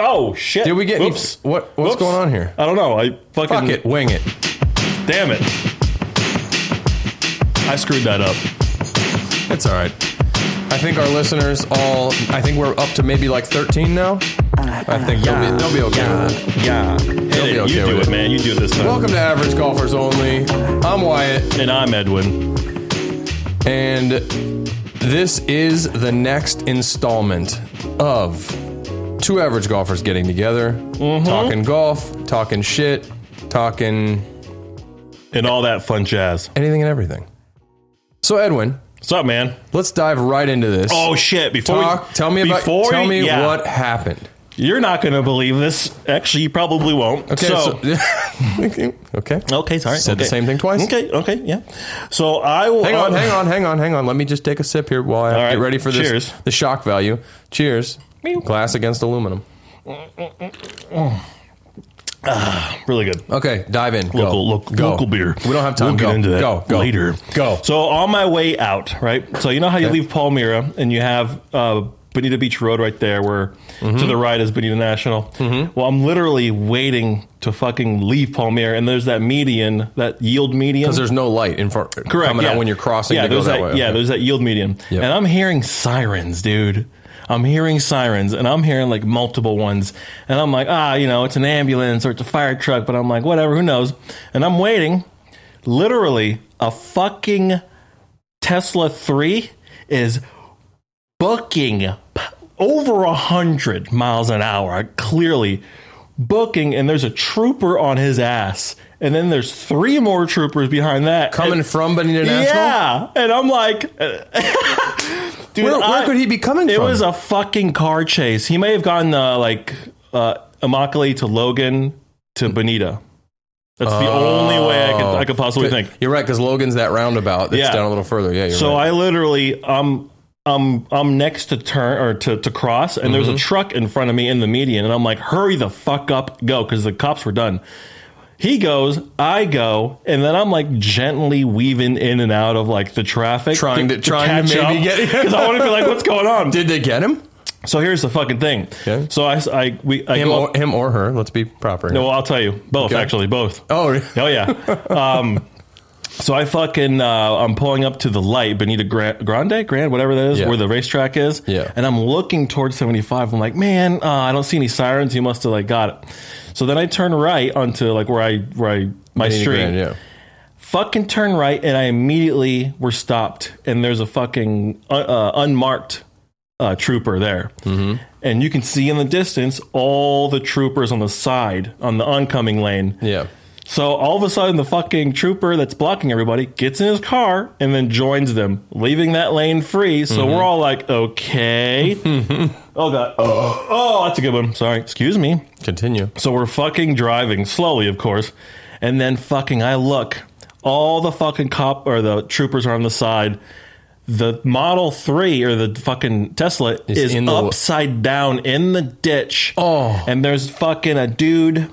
Oh shit! Did we get any, Whoops. what? What's Whoops. going on here? I don't know. I fucking Fuck it, wing it. Damn it! I screwed that up. It's all right. I think our listeners all. I think we're up to maybe like 13 now. I think they'll be they'll be okay with it. Yeah, be you okay do it, with it. man. You do it this time. Welcome to Average Golfers Only. I'm Wyatt, And I'm Edwin. and this is the next installment of two average golfers getting together, Mm-hmm. talking golf, talking shit, talking And all that fun jazz. anything and everything. So Edwin, What's up, man? let's dive right into this. Oh shit! Before Talk, we, tell me about. before Tell we- me yeah. what happened. You're not gonna believe this. Actually, you probably won't. Okay. So, Oh. so- okay. okay, sorry. Said the okay. same thing twice. Okay, okay, yeah. So I will. Hang on, hang on, hang on, hang on. Let me just take a sip here while I Oh. All get right. ready for this. Cheers. The shock value. Cheers. Glass against aluminum. Really good. Okay, dive in. Go. local local, Go. local beer. We don't have time. We'll go. get into that go. Go. later. Go. So on my way out, right? So you know how you leave Palmyra and you have uh, Bonita Beach Road right there, where Mm-hmm. to the right is Bonita National. Well, I'm literally waiting to fucking leave Palmyra, and there's that median, that yield median. there's no light in front. Correct. Coming yeah. out when you're crossing. Yeah, to go there's that, way. Yeah, Okay. there's that yield medium, Yep. and I'm hearing sirens, dude. I'm hearing sirens, and I'm hearing like multiple ones, and I'm like, ah, you know, it's an ambulance or it's a fire truck, but I'm like, whatever, who knows? And I'm waiting. Literally, a fucking Tesla three is booking p- over a hundred miles an hour. Clearly, booking, and there's a trooper on his ass. And then there's three more troopers behind that. coming And- from Bonita National. yeah, and I'm like, uh, dude, Where, where I- could he be coming It from? was a fucking car chase. He may have gotten uh, like uh, Immokalee to Logan to Bonita. That's the only way I could, I could possibly think. You're right, because Logan's that roundabout that's Yeah. down a little further. Yeah, you're So right. I literally, um, I'm I'm next to turn or to, to cross, and Mm-hmm. there's a truck in front of me in the median, and I'm like, hurry the fuck up, go, because the cops were done. He goes, I go, and then I'm like gently weaving in and out of like the traffic, Trying to- trying to maybe get- because I want to be like, what's going on? Did they get him? So here's the fucking thing. Okay. So I, I we I Him go or, him or her? Let's be proper. no, I'll tell you both Okay. actually both. Oh, re- Oh yeah. Um, so I fucking uh, I'm pulling up to the light, Benita Gra- Grande, Grand, whatever that is, Yeah. where the racetrack is. Yeah. And I'm looking towards 75. I'm like, man, uh, I don't see any sirens. He must have like got it. So then I turn right onto like where I where I my Benita street. Grand, yeah. Fucking turn right, and I immediately were stopped. And there's a fucking uh, uh, unmarked uh, trooper there. Mm-hmm. And you can see in the distance all the troopers on the side, on the oncoming lane. Yeah. So all of a sudden, the fucking trooper that's blocking everybody gets in his car and then joins them, leaving that lane free. So we're all like, okay. oh, God. Oh, oh, that's a good one. Sorry. Excuse me. Continue. So we're fucking driving slowly, of course. And then fucking, I look. All the fucking cop or the troopers are on the side. The Model 3 or the fucking Tesla is in the- upside down in the ditch. Oh. And there's fucking a dude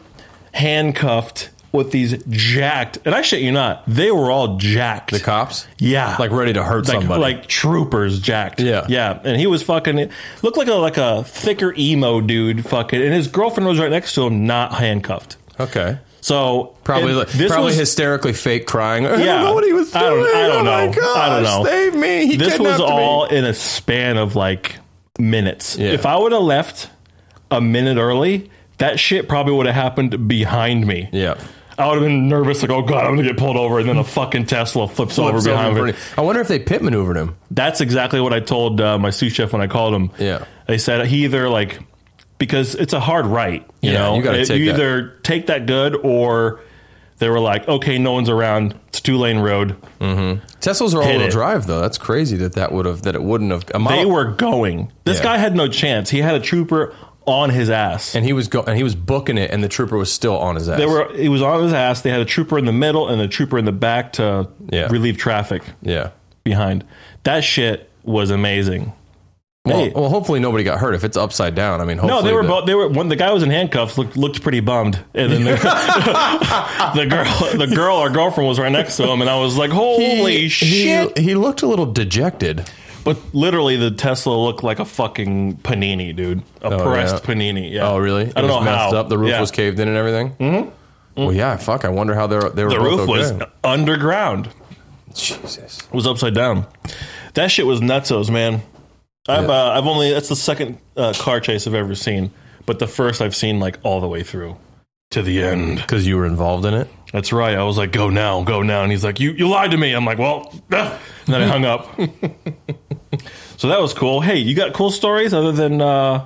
handcuffed with these jacked. And I shit you not, they were all jacked. The cops. yeah. Like ready to hurt Like, somebody. like troopers jacked. Yeah. Yeah. And he was fucking looked like a like a thicker emo dude fucking and his girlfriend was right next to him, not handcuffed. okay. So Probably, and like, probably hysterically fake crying. I Yeah. don't know what he was doing. I don't- I don't oh My know. gosh, I don't know. Save me. He this was kidnapped all me. in a span of like minutes. Yeah. If I would have left a minute early, that shit probably would have happened behind me. Yeah. I would have been nervous, like, oh god, I'm gonna get pulled over, and then a fucking Tesla flips, over Flips over behind me. pretty- I wonder if they pit maneuvered him. That's exactly what I told uh, my sous chef when I called him. Yeah. they said he either like because it's a hard right, you Yeah, know, you gotta It- take that. either take that good or they were like, okay, no one's around, it's two lane road. Tesla's are all wheel it. drive though. That's crazy that that would have that it wouldn't have. A They model- were going. This Oh. Yeah. guy had no chance. He had a trooper on his ass. and he was go- and he was booking it, and the trooper was still on his ass. they were. He was on his ass. They had a trooper in the middle and a trooper in the back to Yeah. relieve traffic yeah. behind. That shit was amazing. Well, Hey. well, hopefully nobody got hurt. If it's upside down, I mean, hopefully No, they were the- both. They were one. The guy was in handcuffs. looked looked pretty bummed, and then the, the girl, the girl or girlfriend was right next to him, and I was like, He- "Holy he- shit!" He, looked a little dejected. But literally, the Tesla looked like a fucking panini, dude. A Oh, pressed yeah. panini. Yeah. Oh, I really? It don't was know messed how. Up. The roof Yeah. was caved in and everything. Mm-hmm. Well, yeah. Fuck. I wonder how they were. They were The both roof was okay. underground. Jesus. It was upside down. That shit was nutsos, man. I've Yeah. uh, I've only that's the second uh, car chase I've ever seen, but the first I've seen like all the way through to the end. Because you were involved in it. That's right. I was like, "Go now, go now," and he's like, "You you lied to me." I'm like, "Well," ah," and then I hung up. so that was cool. Hey, you got cool stories other than uh,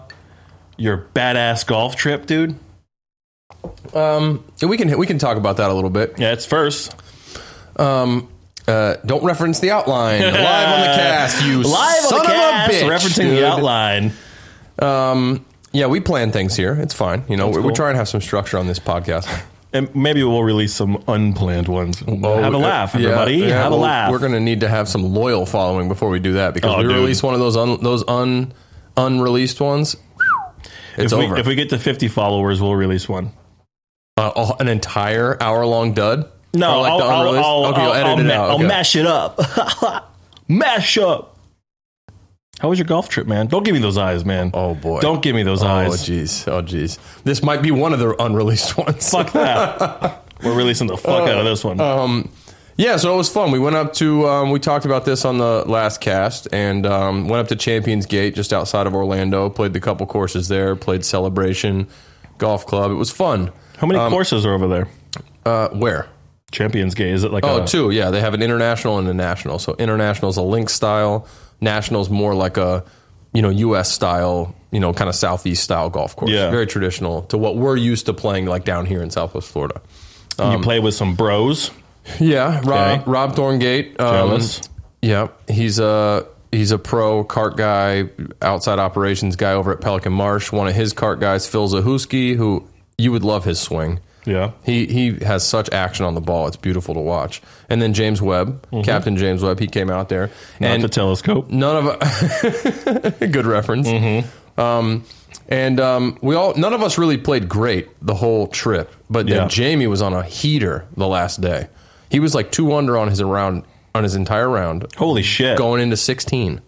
your badass golf trip, dude? Um, we can we can talk about that a little bit. Yeah, it's first. Um, uh, don't reference the outline. Live on the cast, you Live son on the of cast, a bitch. referencing dude. the outline. Um, yeah, we plan things here. It's fine. You know, we, we cool. try and have some structure on this podcast. And maybe we'll release some unplanned ones. have a uh, laugh, yeah, everybody. yeah, have a well, laugh. We're going to need to have some loyal following before we do that because Oh, we dude. release one of those un, those un, unreleased ones. It's if we, over. if we get to 50 followers, we'll release one. Uh, oh, an entire hour long dud. No, Or like I'll, the I'll, unreleased? I'll, okay, you'll I'll- edit I'll it ma- out. I'll okay. mash it up. mash up. How was your golf trip, man? Don't give me those eyes, man. Oh, boy. Don't give me those Oh eyes. jeez, oh jeez. This might be one of the unreleased ones. Fuck that. We're releasing the fuck out of this one. Uh, Yeah, so it was fun. We went up to um, we talked about this on the last cast, and um, went up to Champions Gate just outside of Orlando. Played the couple courses there. Played Celebration Golf Club. It was fun. How um, many courses are over there? Uh, where? Champions Gate. Is it like Oh, a. two. Yeah, they have an international and a national. So international's a link style. National's more like a you know U.S. style, you know, kind of southeast style golf course. Yeah. Very traditional to what we're used to playing, like down here in Southwest Florida. um, you play with some bros. Yeah, Rob Okay. Rob Thorngate. Um, Jealous. Yeah, he's a he's a pro cart guy, outside operations guy over at Pelican Marsh. One of his cart guys, Phil Zahuski, who you would love his swing. Yeah. He he has such action on the ball; it's beautiful to watch. And then James Webb, Captain James Webb, he came out there, Mm-hmm. Not and the telescope. none of good reference. Mm-hmm. Um, and um, we all none of us really played great the whole trip, but Yeah. then Jamie was on a heater the last day. He was like two under on his round on his entire round, Holy shit. going into sixteen.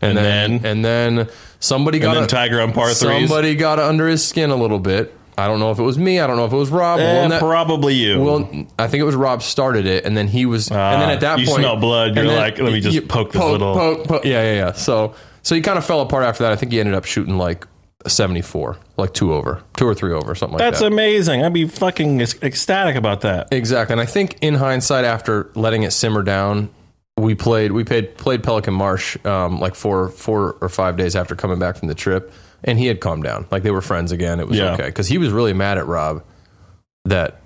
And, And then, and then somebody got then a- Tiger on par threes. Somebody got under his skin a little bit. I don't know if it was me. I don't know if it was Rob. Eh, We'll ne- probably you. well, I think it was Rob started it, and then he was, and then at that Ah, you point, smell blood, and you're like, let me just poke this little- poke, poke. yeah, yeah, yeah. So, so he kind of fell apart after that. I think he ended up shooting like seventy four, like two over, two or three over, something like That's that. amazing. I'd be fucking ec- ecstatic about that. exactly. And I think in hindsight, after letting it simmer down, we played, we played, played Pelican Marsh um, like four, four or five days after coming back from the trip, and he had calmed down. Like they were friends again. It was Yeah. okay because he was really mad at Rob that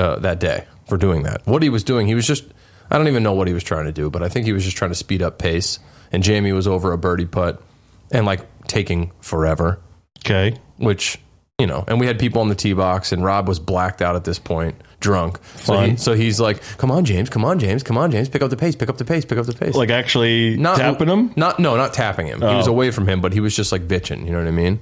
uh, that day for doing that. What he was doing, he was just I don't even know what he was trying to do, but I think he was just trying to speed up pace. And Jamie was over a birdie putt and like taking forever, Okay. which you know. And we had people on the tee box, and Rob was blacked out at this point, drunk. So, he, Fun. so he's like, "Come on, James! Come on, James! Come on, James! Pick up the pace! Pick up the pace! Pick up the pace!" Like actually tapping him? Oh. Not no, not tapping him. He was away from him, but he was just like bitching. You know what I mean?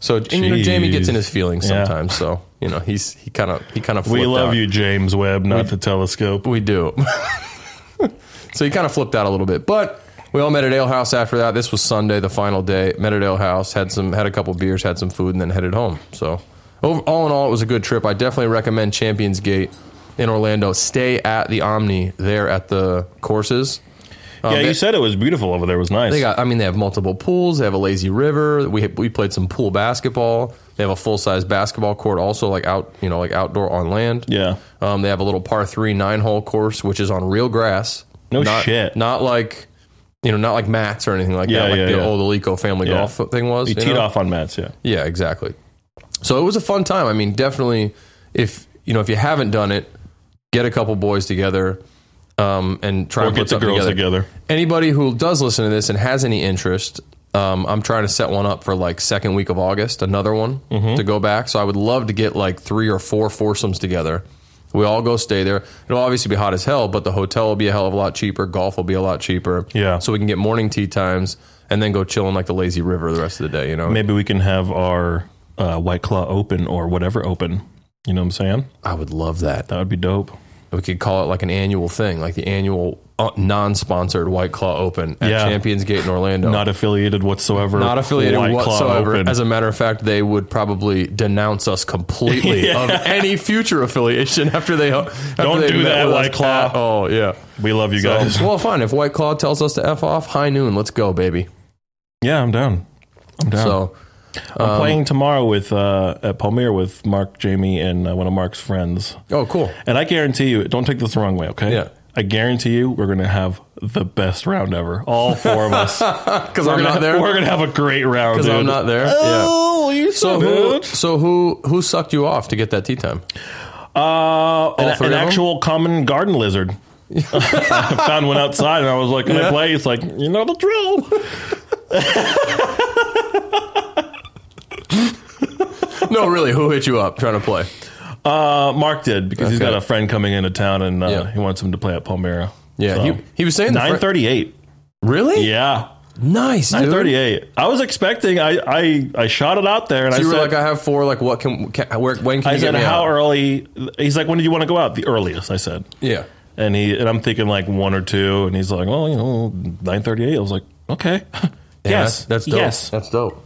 So and, you know, Jamie gets in his feelings Yeah. sometimes. So you know he's he kind of he kind of We love you, James Webb, not the telescope. We do. so he kind of flipped out a little bit, but we all met at Ale House after that. This was Sunday, the final day. Met at Ale House, had some, had a couple beers, had some food, and then headed home. So, over, all in all, it was a good trip. I definitely recommend Champions Gate in Orlando. Stay at the Omni there at the courses. Um, yeah, they- you said it was beautiful over there. It was nice. they got. I mean, they have multiple pools. They have a lazy river. We we played some pool basketball. They have a full size basketball court, also like out, you know, like outdoor on land. yeah. Um, they have a little par three nine hole course, which is on real grass. No not, shit. Not like, you know, not like mats or anything like Yeah, that. Like yeah, the yeah. old Alico family Yeah. golf thing was. You you teed know? off on mats, yeah. Yeah, exactly. So it was a fun time. I mean, definitely, if you know, if you haven't done it, get a couple boys together um, and try Or and put get the something girls together together. anybody who does listen to this and has any interest, um, I'm trying to set one up for like second week of August, another one Mm-hmm. to go back. So I would love to get like three or four foursomes together. We all go stay there. It'll obviously be hot as hell, but the hotel will be a hell of a lot cheaper. Golf will be a lot cheaper. Yeah. So we can get morning tea times and then go chill in like the lazy river the rest of the day, you know? Maybe we can have our uh, White Claw open or whatever open. You know what I'm saying? I would love that. That would be dope. we could call it like an annual thing, like the annual uh, non-sponsored White Claw Open at Yeah. Champions Gate in Orlando. Not affiliated whatsoever. Not affiliated White Claw whatsoever. Open. As a matter of fact, they would probably denounce us completely Yeah. of any future affiliation after they after Don't they do met that, with us White Claw. at- oh yeah, we love you guys. So, well, fine. If White Claw tells us to f off, high noon, let's go, baby. yeah, I'm down. I'm down. So um, I'm playing tomorrow with uh, at Palmyra with Mark, Jamie, and uh, one of Mark's friends. oh cool. And I guarantee you, don't take this the wrong way, okay? Yeah. I guarantee you, we're going to have the best round ever. All four of us. Because I'm We're not gonna- there. We're gonna have a great round. Because I'm dude. not there. Yeah. Oh, you So so who, good. so who who sucked you off to get that tea time? Uh, an, three an of 'em? actual common garden lizard. I found one outside, and I was like, "Can I play?" It's like you know the drill. no, really, who hit you up trying to play? Uh, Mark did because he's Okay. got a friend coming into town, and uh, Yeah. he wants him to play at Palmyra. Yeah, So- he, he was saying the fr- nine thirty-eight. Really? Yeah, Nice. nine Dude. thirty-eight. I was expecting. I, I I shot it out there, and So I you were said, like, I have four. Like, what can, can where, when can I you get said, me how out? early? He's like, when do you want to go out? The earliest, I said. yeah. and he and I'm thinking like one or two, and he's like, well, you know, nine thirty eight. I was like, okay, yes, that's, that's dope. yes. That's dope.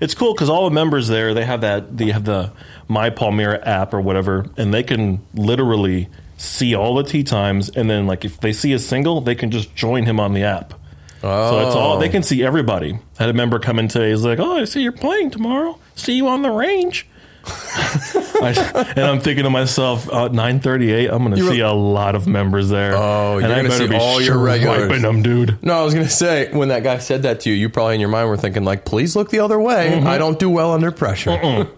It's cool because all the members there they have that they have the My Palmyra app or whatever, and they can literally see all the tea times, and then like if they see a single, they can just join him on the app. So it's all they can see everybody. I had a member come in today. He's like, "Oh, I see you're playing tomorrow. See you on the range." I- and I'm thinking to myself, uh, 9:38. I'm going to see a lot of members there. Oh, and you're I gonna better see be all your regulars. wiping them, dude. No, I was gonna say when that guy said that to you, you probably in your mind were thinking like, "Please look the other way. Mm-hmm. I don't do well under pressure."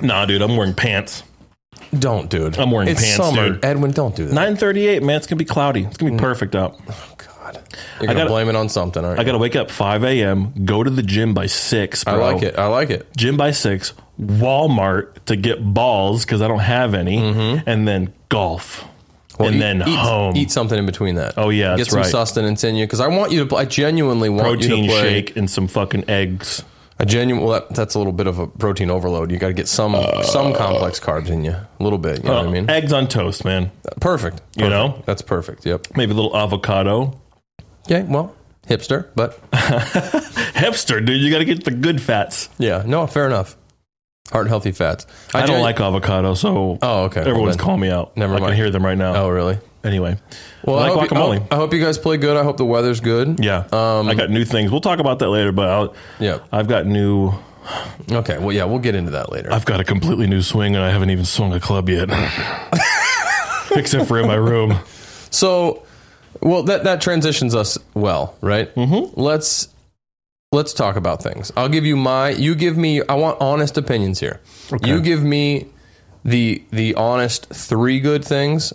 Nah, dude, I'm wearing pants. Don't, dude. I'm wearing it's pants, summer. dude. Edwin, don't do that. 9:38, man. It's gonna be cloudy. It's Mm. gonna be perfect out. God, you're gonna gotta- blame it on something. Aren't I you? got to wake up 5 a.m. Go to the gym by six. I bro. like it. I like it. Gym by six. Walmart to get balls because I don't have any, and then golf, and Mm-hmm. Eat- then eat, home. Eat something in between that. Oh, yeah, get that's some right. sustenance in you because I want you to. pl- I genuinely want you protein to play shake and some fucking eggs. a genuine. Well, that, that's a little bit of a protein overload. You got to get some some complex carbs in you, a little bit. You know what I mean? Eggs on toast, man. Perfect. Uh, You Perfect. know? that's perfect. Yep. Maybe a little avocado. Okay. Well, hipster, but Hipster, dude, you got to get the good fats. yeah. No, fair enough. Heart healthy fats. I, don't genu- like avocado, so Oh, okay. Well, everyone's then- calling me out. Never I mind. can hear them right now. Oh, really? Anyway, Well, I like hope you- guacamole. I hope you guys play good. I hope the weather's good. yeah, Um, I got new things. We'll talk about that later. But I'll, Yeah. I've got new. Okay. Well, yeah, we'll get into that later. I've got a completely new swing, and I haven't even swung a club yet, except for in my room. So, well, that that transitions us well, right? Mm-hmm. Let's let's talk about things. I'll give you my. You give me. I want honest opinions here. You give me the the honest three good things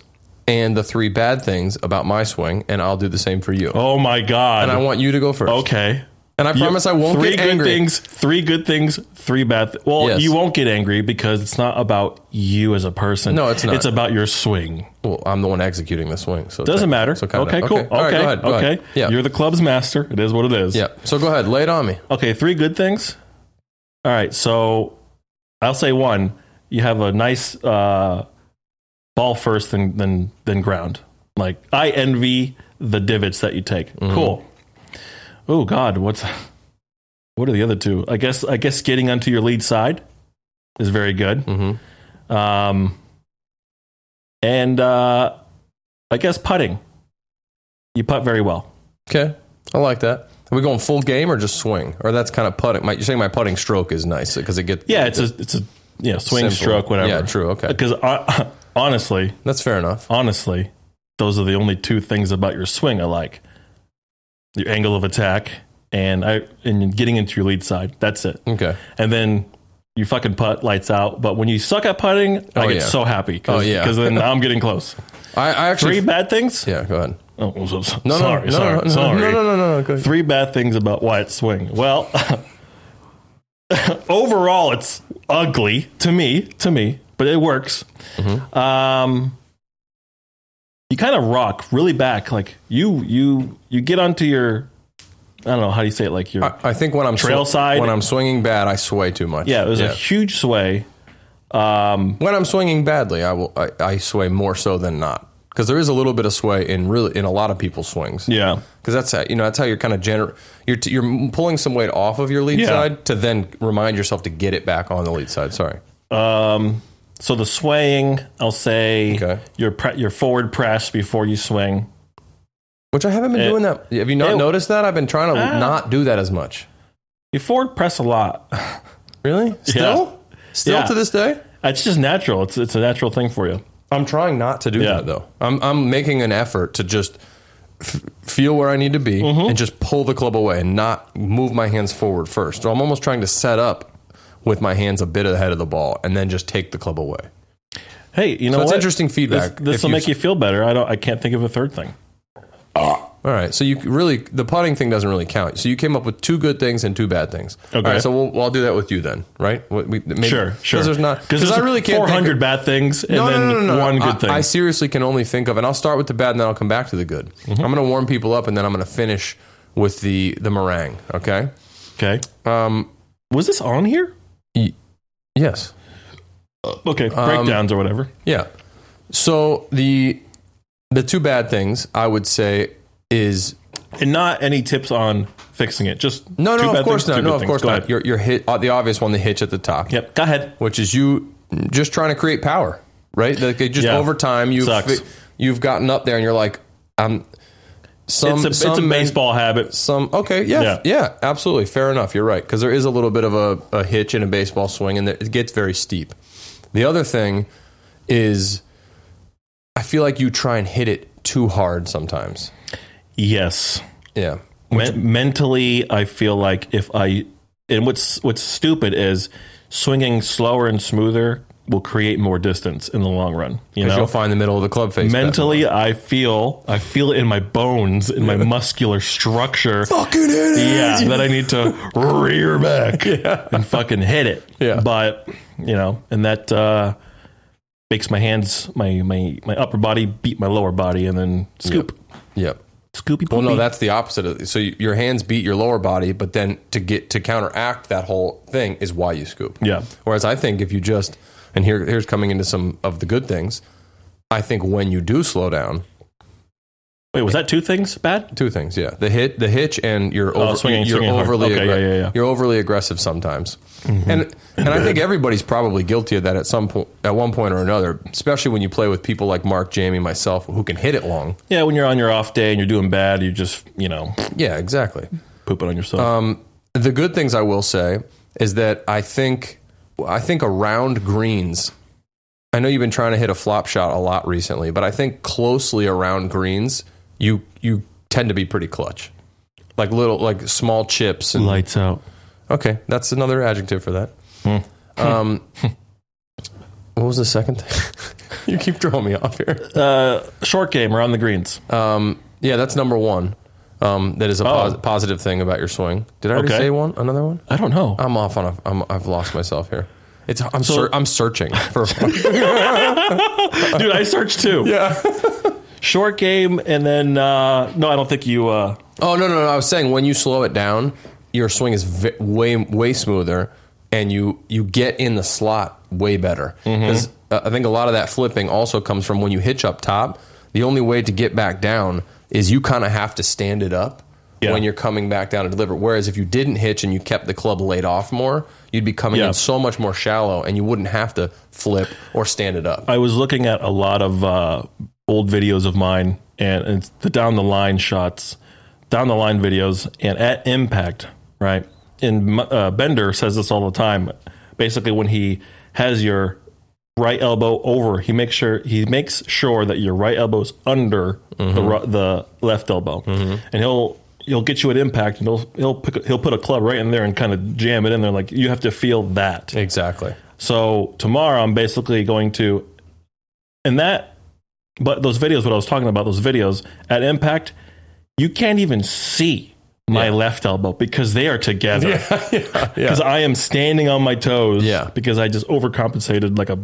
and the three bad things about my swing, and I'll do the same for you. Oh my god! And I want you to go first. okay, And I promise I won't three get good angry. things three good things three bad th- well Yes. you won't get angry because it's not about you as a person No, it's not. it's about your swing Well, I'm the one executing the swing, so it doesn't matter So kinda- okay, cool okay All right, go ahead, go okay ahead. Yeah. you're the club's master it is what it is yeah. So go ahead, lay it on me. okay three good things all right so i'll say one you have a nice uh, ball first than than than ground like i envy the divots that you take Mm-hmm. cool oh god what's what are the other two i guess i guess getting onto your lead side is very good hmm um, and uh, I guess putting. You putt very well. Okay, I like that. Are we going full game or just swing? Or that's kind of putting. My, you're saying my putting stroke is nice because it gets Yeah, it's a it's a yeah swing Simple. stroke whatever. Yeah, true. Okay, Because uh, honestly, that's fair enough. honestly, those are the only two things about your swing I like: your angle of attack and I and getting into your lead side. That's it. Okay, And then. You fucking putt lights out, but when you suck at putting, I Oh, get yeah. so happy because Oh, yeah. then I'm getting close. I, I actually Three bad things? yeah. Go ahead. Oh, I'm so- so- No, no, sorry, no, sorry, no, no, sorry. no, no, no, no, no. Go ahead. Three bad things about Wyatt's swing. Well, overall, it's ugly to me, to me, but it works. Um, you kind of rock really back, like you, you, you get onto your, I don't know how do you say it, like your, I, I think when I'm Trail side. when I'm swinging bad, I sway too much. yeah, it was a huge sway. Um, when I'm swinging badly, I will. I, I sway more so than not. because there is a little bit of sway in really in a lot of people's swings. Yeah. because that's how you know that's how you're kind of gener- you're t- you're pulling some weight off of your lead Yeah. side to then remind yourself to get it back on the lead side. Sorry, Um, So the swaying, I'll say Okay. your pre- your forward press before you swing. which I haven't been It- doing that. Have you not it- noticed that? I've been trying to Ah. not do that as much. You forward press a lot. Really? Still, still Yeah. to this day. It's just natural. It's it's a natural thing for you. I'm trying not to do Yeah. that though. I'm I'm making an effort to just f- feel where I need to be Mm-hmm. and just pull the club away and not move my hands forward first. So I'm almost trying to set up with my hands a bit ahead of the ball and then just take the club away. Hey, you know That's what? interesting feedback. This if will you- make you feel better. I don't. I can't think of a third thing. All right, so you really the putting thing doesn't really count. So you came up with two good things and two bad things. All Okay. right, so we'll, I'll do that with you then, right? What we, maybe, Sure, sure. Because there's not because I really can't Four think of- hundred bad things and no, then no, no, no, no. one I- good thing. I seriously can only think of, and I'll start with the bad, and then I'll come back to the good. Mm-hmm. I'm going to warm people up, and then I'm going to finish with the the meringue. Okay. okay. Um. Was this on here? Yes. Okay. Um, Breakdowns or whatever. Yeah. So the the two bad things I would say is And not any tips on fixing it. Just no, two no, bad of course things, two not, good no, of things. course Go not. ahead. Your your hit uh, the obvious one, the hitch at the top. Yep. Go ahead. which is you just trying to create power, right? Like it just Yeah. over time you Sucks. you've gotten up there and you're like, I'm some It's a, some it's a men- baseball habit. some okay yeah Yeah. yeah, absolutely fair enough you're right because there is a little bit of a, a hitch in a baseball swing and it gets very steep the other thing is i feel like you try and hit it too hard sometimes Yes. yeah Men- mentally, I feel like if I and what's what's stupid is swinging slower and smoother will create more distance in the long run. You 'Cause know, you'll find the middle of the club face better. mentally, I feel I feel it in my bones, in my muscular structure. fucking hit it Yeah, that I need to rear back and fucking hit it. Yeah. but you know, and that uh, makes my hands, my my my upper body beat my lower body, and then scoop, yep scoopy. well no poopy. that's the opposite of so you, your hands beat your lower body but then to get to counteract that whole thing is why you scoop yeah, Whereas I think if you just and here here's coming into some of the good things, I think when you do slow down, Wait, was that two things bad? two things, yeah, the hit, the hitch, and you're over, Oh, swinging- you're swinging hard. overly, Okay, aggra- yeah, Mm-hmm. yeah, yeah. you're overly aggressive sometimes, and and I think everybody's probably guilty of that at some point, at one point or another, especially when you play with people like Mark, Jamie, myself, who can hit it long. Yeah, when you're on your off day and you're doing bad, you just you know Yeah, exactly. poop it on yourself. Um, The good things I will say is that I think I think around greens. I know you've been trying to hit a flop shot a lot recently, but I think closely around greens, you you tend to be pretty clutch. Like little like small chips and Lights out. Okay, that's another adjective for that. Um What was the second thing? you keep throwing me off here. Uh, short game around the greens. Um, yeah, that's number one. Um, that is a pos- positive thing about your swing. Did I already Okay. say one? Another one? I don't know. I'm off on a. I'm, I've lost myself here. It's I'm ser- I'm searching for. Dude, I searched too. Yeah. Short game, and then uh, no, I don't think you. Uh, oh no no no! I was saying when you slow it down, your swing is v- way way smoother, and you you get in the slot way better. Mm-hmm. Because I think a lot of that flipping also comes from when you hitch up top. The only way to get back down is you kind of have to stand it up. Yeah. When you're coming back down to deliver, whereas if you didn't hitch and you kept the club laid off more, you'd be coming Yeah. in so much more shallow, and you wouldn't have to flip or stand it up. I was looking at a lot of uh, old videos of mine and, and it's the down the line shots, down the line videos, and at impact, right? And uh, Bender says this all the time. Basically, when he has your right elbow over, he makes sure he makes sure that your right elbow's under the ru- the left elbow, and he'll. He'll get you at impact, and he'll he'll pick, he'll put a club right in there and kind of jam it in there. Like you have to feel that. Exactly. So tomorrow I'm basically going to and that but those videos what I was talking about those videos at impact you can't even see my Yeah. left elbow because they are together yeah, yeah, cuz I am standing on my toes Yeah. because I just overcompensated like a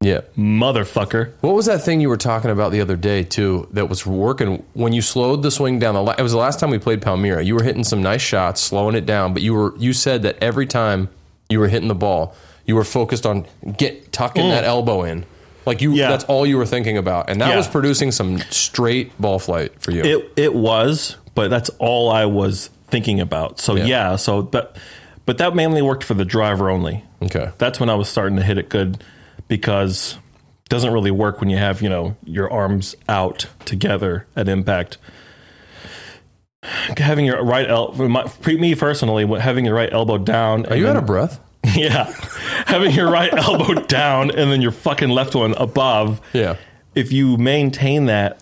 yeah. motherfucker. What was that thing you were talking about the other day too? That was working when you slowed the swing down. The la- it was the last time we played Palmyra. You were hitting some nice shots, slowing it down, but you were you said that every time you were hitting the ball, you were focused on get tucking that elbow in. Like you, Mm. Yeah. that's all you were thinking about, and that Yeah. was producing some straight ball flight for you. It it was, but that's all I was thinking about. So yeah, so that but that mainly worked for the driver only. okay, That's when I was starting to hit it good because it doesn't really work when you have, you know, your arms out together at impact. Having your right elbow, my, for me personally, having your right elbow down. are you out of breath? Yeah. Having your right elbow down and then your fucking left one above. Yeah, If you maintain that,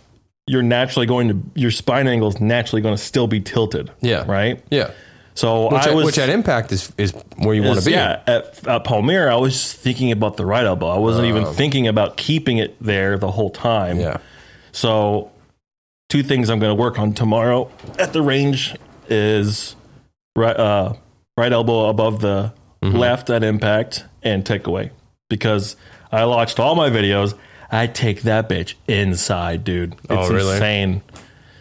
you're naturally going to your spine angle is naturally going to still be tilted. yeah, Right? yeah. So Which, I at, was which at impact is is where you want to is- be. yeah, at, at Palmyra, I was just thinking about the right elbow. I wasn't even thinking about keeping it there the whole time. yeah. So, two things I'm going to work on tomorrow at the range is right, uh, right elbow above the Mm-hmm. left at impact and takeaway because I watched all my videos. I take that bitch inside, dude. It's Oh, really? insane.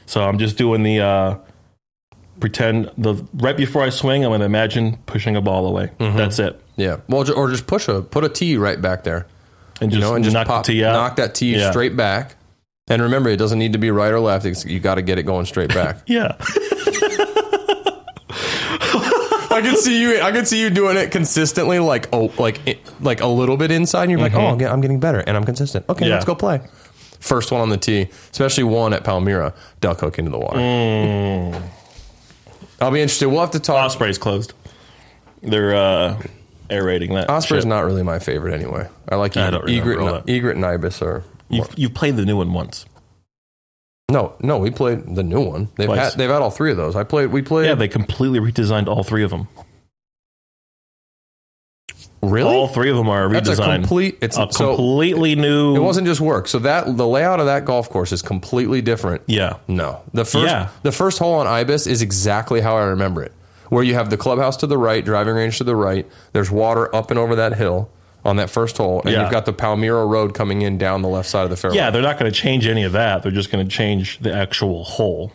So I'm just doing the uh, pretend the right before I swing, I'm going to imagine pushing a ball away. Mm-hmm. That's it, Yeah. Well, ju- or just push a put a T right back there, and you just, know, and just knock pop the tee out. knock that T Yeah. straight back. And remember, it doesn't need to be right or left. It's, you got to get it going straight back. yeah, I can see you. I can see you doing it consistently, like oh, like it- like a little bit inside. And you're like, oh, I'm get- I'm getting better, and I'm consistent. Okay, Yeah. let's go play. First one on the tee, especially one at Palmyra, duck hook into the water. Mm. I'll be interested. We'll have to talk. Osprey's closed. They're uh, aerating that. Osprey's shit. not really my favorite anyway. I like I don't egret, remember all and, that. egret and ibis are You've, you've played the new one once. No, no, we played the new one. They've Twice. had they've had all three of those. I played we played Yeah, they completely redesigned all three of them. really All three of them are redesigned. that's a complete it's A so completely new. it wasn't just work. So that the layout of that golf course is completely different. Yeah, No. The first Yeah. the first hole on Ibis is exactly how I remember it. Where you have the clubhouse to the right, driving range to the right, there's water up and over that hill on that first hole, and Yeah. you've got the Palmyra Road coming in down the left side of the fairway. yeah. They're not going to change any of that. They're just going to change the actual hole.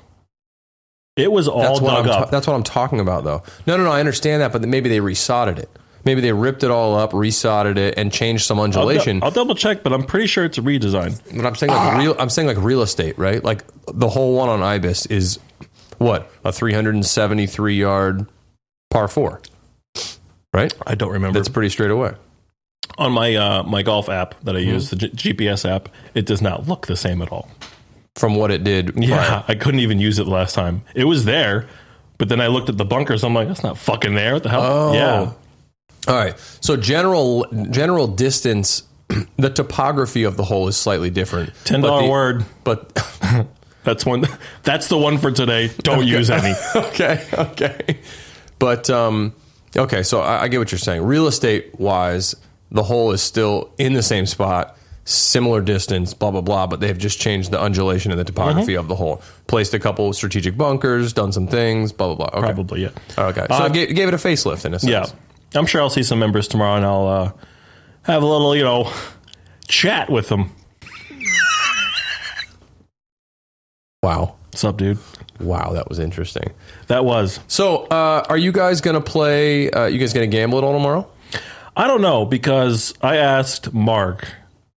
It was all That's what, I'm dug ta- up. that's what I'm talking about, though. No, no, no. I understand that, but maybe they resodded it. Maybe they ripped it all up, resodded it, and changed some I'll, du- undulation. I'll double check, but I'm pretty sure it's a redesign. but I'm saying, Ah. like real, I'm saying like real estate, right? Like the whole one on Ibis is what a 373 yard par four, right? I don't remember. That's pretty straight away. On my uh, my golf app that I Hmm. use, the G- GPS app, it does not look the same at all. From what it did, Yeah, prior. I couldn't even use it last time. It was there, but then I looked at the bunkers. I'm like, that's not fucking there. What the hell? Oh. Yeah, All right. So general general distance, the topography of the hole is slightly different. ten But dollar the- word. but That's one. That's the one for today. Don't use any. okay, okay. But um, okay, so I, I get what you're saying. Real estate wise, the hole is still in the same spot, similar distance, blah blah blah. But they've just changed the undulation and the topography Mm-hmm. of the hole. Placed a couple of strategic bunkers, done some things, blah blah blah. Okay, Probably yeah. okay. So I gave, gave it a facelift in a sense. Yeah, I'm sure I'll see some members tomorrow, and I'll uh, have a little, you know, chat with them. Wow. What's up, dude? Wow, that was interesting. That was. So, uh, are you guys gonna play? Uh, you guys gonna gamble it all tomorrow? I don't know because I asked Mark,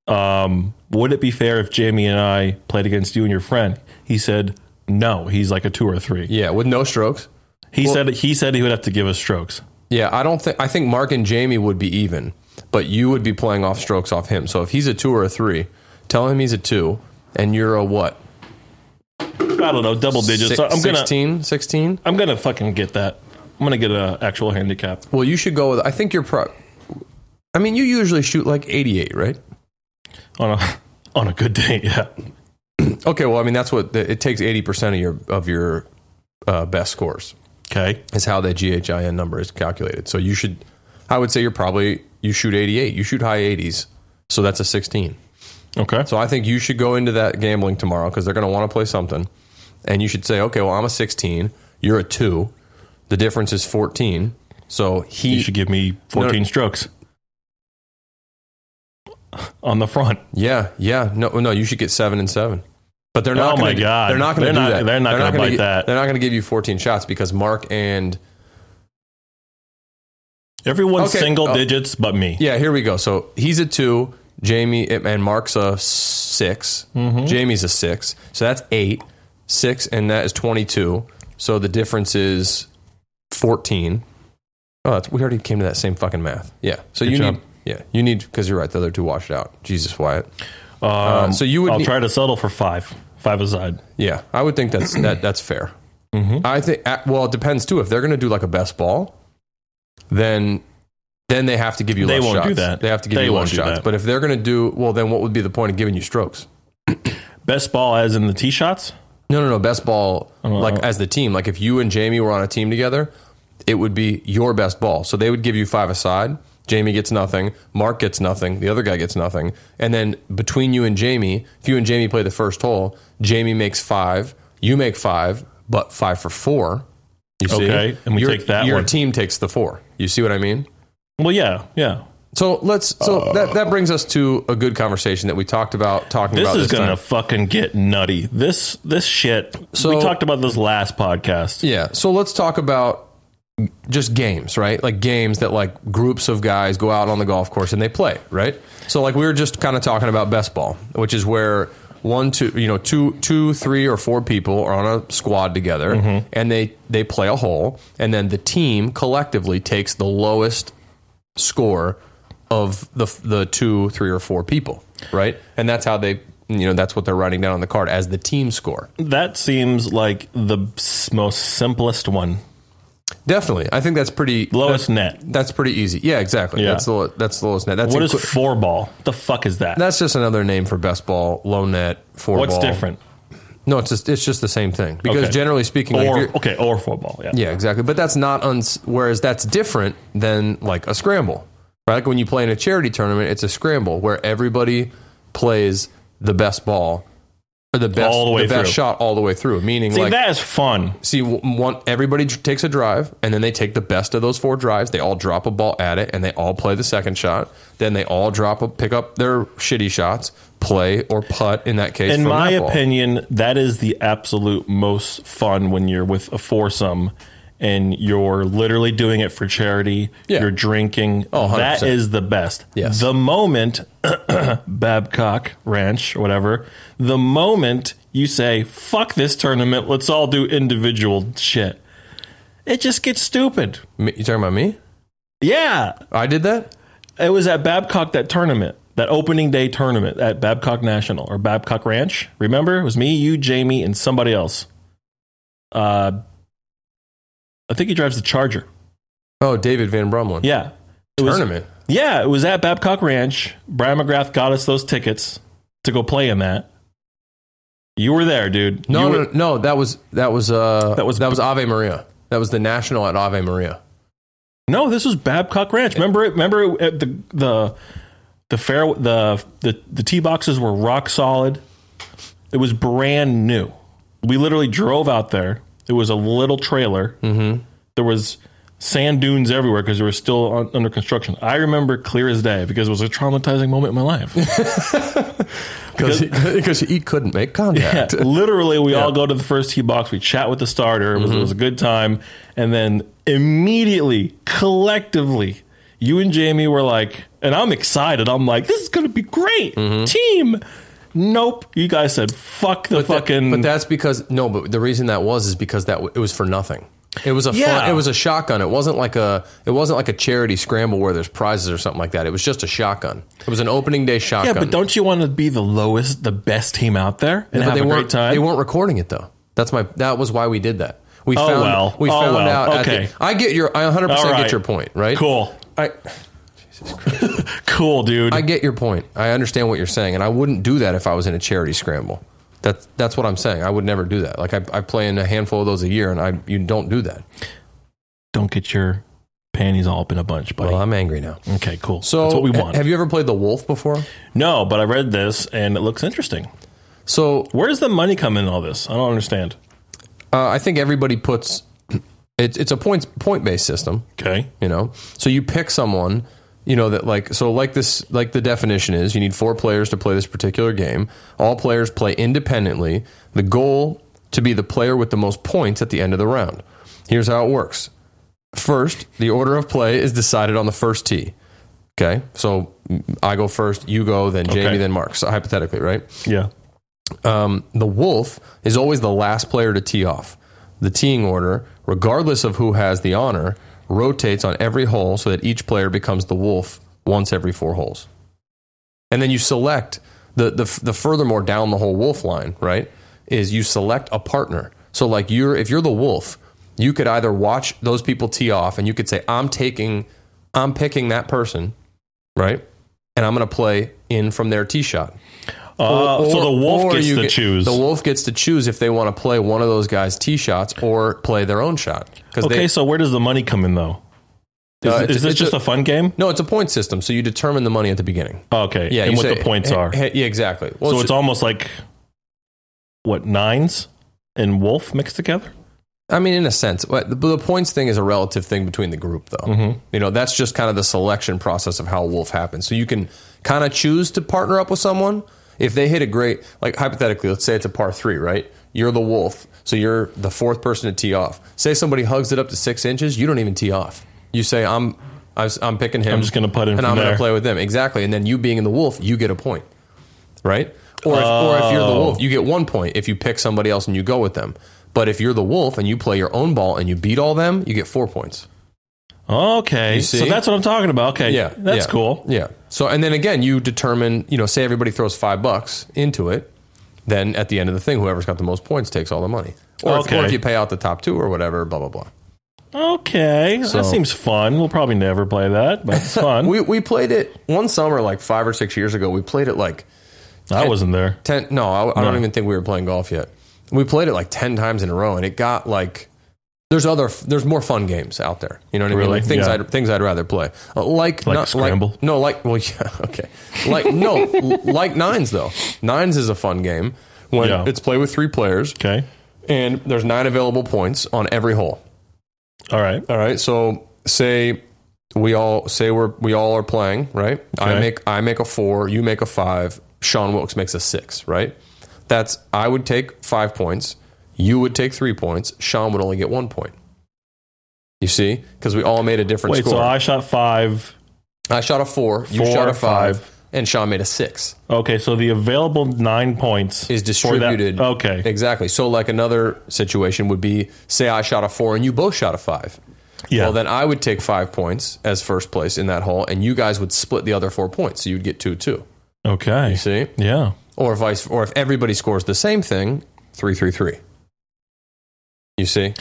um, would it be fair if Jamie and I played against you and your friend? He said no. He's like a two or three. Yeah, with no strokes. He said he said he would have to give us strokes. Yeah, I don't think I think Mark and Jamie would be even, but you would be playing off strokes off him. So if he's a two or a three, tell him he's a two, and you're a what? I don't know, double digits. Six- so I'm gonna 16? 16? I'm gonna fucking get that. I'm gonna get a actual handicap. Well, you should go with. I think you're pro. I mean, you usually shoot like 88, right? on a on a good day. Yeah, Okay, well, I mean that's what the, it takes 80 percent of your of your uh, best scores okay. is how that GHIN number is calculated. So you should, I would say you're probably you shoot 88, you shoot high 80s, so that's a 16. Okay. So I think you should go into that gambling tomorrow because they're going to want to play something. And you should say, okay, well, I'm a 16. You're a two. The difference is 14. So he, You should give me 14 strokes on the front. yeah, yeah. No, no, you should get seven and seven. But they're not. Oh, gonna my do- God. They're not going They're to do not- that. they're not gonna gonna bite gi- that. They're not going to give you 14 shots because Mark and Everyone's Okay. single Oh. digits but me. yeah, here we go. So he's a two. Jamie and Mark's a 6 Jamie's a six. So that's eight. Six and that is twenty-two. So the difference is fourteen. Oh, that's, we already came to that same fucking math. Yeah. So you job. need. Yeah, you need because you're right. The other two washed out. Jesus Wyatt. Um, uh, so you would I'll need- try to settle for five, five aside. Yeah, I would think that's that that's fair. Mm-hmm. I think uh, well, it depends too. If they're going to do like a best ball, then then they have to give you They less won't shots. do that. They have to give They you won't less do shots. that. But if they're going to do well, then what would be the point of giving you strokes? Best ball, as in the tee shots. No, no, no. Best ball like I as the team. Like if you and Jamie were on a team together, it would be your best ball. So they would give you five aside. Jamie gets nothing. Mark gets nothing. The other guy gets nothing. And then between you and Jamie, if you and Jamie play the first hole, Jamie makes five. You make five, but five for four. You see? Okay, and we your, take that Your one. team takes the four. You see what I mean? Well, yeah, yeah. So let's. So that that brings us to a good conversation that we talked about talking This about. is this gonna time. fucking get nutty. This this shit. So- we talked about this last podcast. Yeah. So let's talk about just games, right? Like games that like groups of guys go out on the golf course and they play, right? So like we were just kind of talking about best ball, which is where one, two, you know, two, two, three, or four people are on a squad together, and they they play a hole, and then the team collectively takes the lowest score of the the two, three, or four people, right? And that's how they, you know, that's what they're writing down on the card as the team score. That seems like the s- most simplest one, Definitely, I think that's pretty lowest net. That's pretty easy. Yeah, exactly. Yeah. That's the that's the lowest net. That's What is inclu- four ball? The fuck is that? that's just another name for best ball, low net, four What's ball. different? No, it's just it's just the same thing because Okay. generally speaking, like, if Or you're- okay, or four ball. Yeah. yeah, exactly. But that's not uns. Whereas that's different than like a scramble, right? Like when you play in a charity tournament, it's a scramble where everybody plays the best ball or the best All the way best through. shot all the way through. Meaning See, like that is fun. see w- one everybody tr- takes a drive and then they take the best of those four drives they all drop a ball at it and they all play the second shot then they all drop a pick up their shitty shots play or putt in that case In from my that ball. opinion, that is the absolute most fun when you're with a foursome and you're literally doing it for charity. Yeah. You're drinking. Oh, 100%. that is the best. Yes. The moment Babcock Ranch or whatever, the moment you say, fuck this tournament, let's all do individual shit. It just gets stupid. Me- you talking about me Yeah. i did that It was at Babcock that tournament, that opening day tournament at Babcock National or Babcock Ranch. Remember, it was me, you, Jamie, and somebody else. Uh, I think he drives the Charger. oh david van brumlin Yeah, it was. tournament Yeah, it was at Babcock Ranch. Brian McGrath got us those tickets to go play in that. You were there, dude. no You no were- no that was that was uh That was- that was ave maria that was the national at ave maria no, this was Babcock Ranch. Remember it? Remember it, at the the the fair the the the tee boxes were rock solid. It was brand new. We literally drove out there. It was a little trailer. Mm-hmm. There was sand dunes everywhere because they were still on, under construction. I remember clear as day because it was a traumatizing moment in my life. because he, 'cause he couldn't make Yeah, contact literally, we all go to the first tee box. We chat with the starter. It was, it Mm-hmm. was a good time, and then immediately, collectively, you and Jamie were like, and I'm excited. I'm like, this is going to be great, Mm-hmm. team. Nope, you guys said fuck the But that- fucking. But that's because no. But the reason that was is because that w- it was for nothing. It was a Yeah. fun, it was a shotgun. It wasn't like a it wasn't like a charity scramble where there's prizes or something like that. It was just a shotgun. It was an opening day yeah, shotgun. but don't you want to be the lowest, the best team out there and But have they a weren't great time? they weren't recording it though. That's my that was why we did that. We Oh, found well. we Oh, found well. out. at the- Okay. I get your I 100 percent All get right. your point. Right. cool, I cool, dude. I get your point. I understand what you're saying, and I wouldn't do that if I was in a charity scramble. That's that's what I'm saying. I would never do that. Like I, I play in a handful of those a year, and I you don't do that. don't get your panties all up in a bunch, buddy. Well, I'm angry now. okay, cool. So eh, that's what we ha- want. Have you ever played the wolf before? no, but I read this and it looks interesting. So Where does the money come in all this? I don't understand. uh, I think everybody puts it's it's a point point based system, Okay. you know. So you pick someone, you know that like so like this like the definition is you need four players to play this particular game. All players play independently. The goal to be the player with the most points at the end of the round. Here's how it works. First, the order of play is decided on the first tee. Okay. So I go first, you go, then Jamie, Okay. then Mark. So hypothetically, right? Yeah. um, the wolf is always the last player to tee off. The teeing order, regardless of who has the honor, rotates on every hole so that each player becomes the wolf once every four holes. And then you select the, the, the furthermore down the whole wolf line, right? Is you select a partner. So, like, you're, if you're the wolf, you could either watch those people tee off and you could say, I'm taking, I'm picking that person, right? And I'm going to play in from their tee shot. Uh, Or- so the wolf or gets you to get- choose. The wolf gets to choose if they want to play one of those guys' tee shots or play their own shot. Because okay, so where does the money come in though? they, Is, uh, is it's- this it's just a, fun game? Oh, no, it's a point system. So you determine the money at the beginning. Okay, Yeah, and you what say, the points "Hey, are. hey," yeah, exactly. Well, so it's almost like what nines and wolf mixed together. I mean, in a sense, but the, the points thing is a relative thing between the group, though. Mm-hmm. You know, that's just kind of the selection process of how Wolf happens. So you can kind of choose to partner up with someone if they hit a great, like hypothetically, let's say it's a par three, right? You're the Wolf, so you're the fourth person to tee off. Say somebody hugs it up to six inches, you don't even tee off. You say, "I'm, I was- I'm picking him. I'm just gonna putt in and from I'm there. to play with them." Exactly, and then you being in the Wolf, you get a point right? Or if, or if you're the Oh. wolf, you get one point if you pick somebody else and you go with them. But if you're the wolf and you play your own ball and you beat all them, you get four points. Okay, so see? that's what I'm talking about. Okay, Yeah, that's yeah, cool. Yeah. So and then again, you determine. You know, say everybody throws five bucks into it. Then at the end of the thing, whoever's got the most points takes all the money. Or, if, or Okay. if you pay out the top two or whatever, blah blah blah. Okay, that seems fun. We'll probably never play that, but it's fun. We we played it one summer like five or six years ago. We played it like I wasn't there. ten. No, I, I don't No. even think we were playing golf yet. We played it like ten times in a row, and it got like there's other there's more fun games out there. You know what I mean? Really? Like things Yeah. I'd things I'd rather play. Uh, like Like not- Scramble? no, like well, yeah, okay. Like no, l- like nines though. Nines is a fun game when Yeah. it's played with three players, Okay, and there's nine available points on every hole. all right. All right. So say we all say we're we all are playing, right? I Okay. make I make a four, you make a five, Sean Wilkes makes a six, right? That's I would take five points, you would take three points, Sean would only get one point. You see? Because we all made a different Wait, score. so I shot five. I shot a four, you Four, shot a five, five. and Sean made a six. Okay, so the available nine points Is for that- distributed Okay, Exactly. So like another situation would be say I shot a four and you both shot a five. yeah. Well, then I would take five points as first place in that hole, and you guys would split the other four points. So you'd get two, two. okay, See? yeah. Or vice, or if everybody scores the same thing, three, three, three. You see?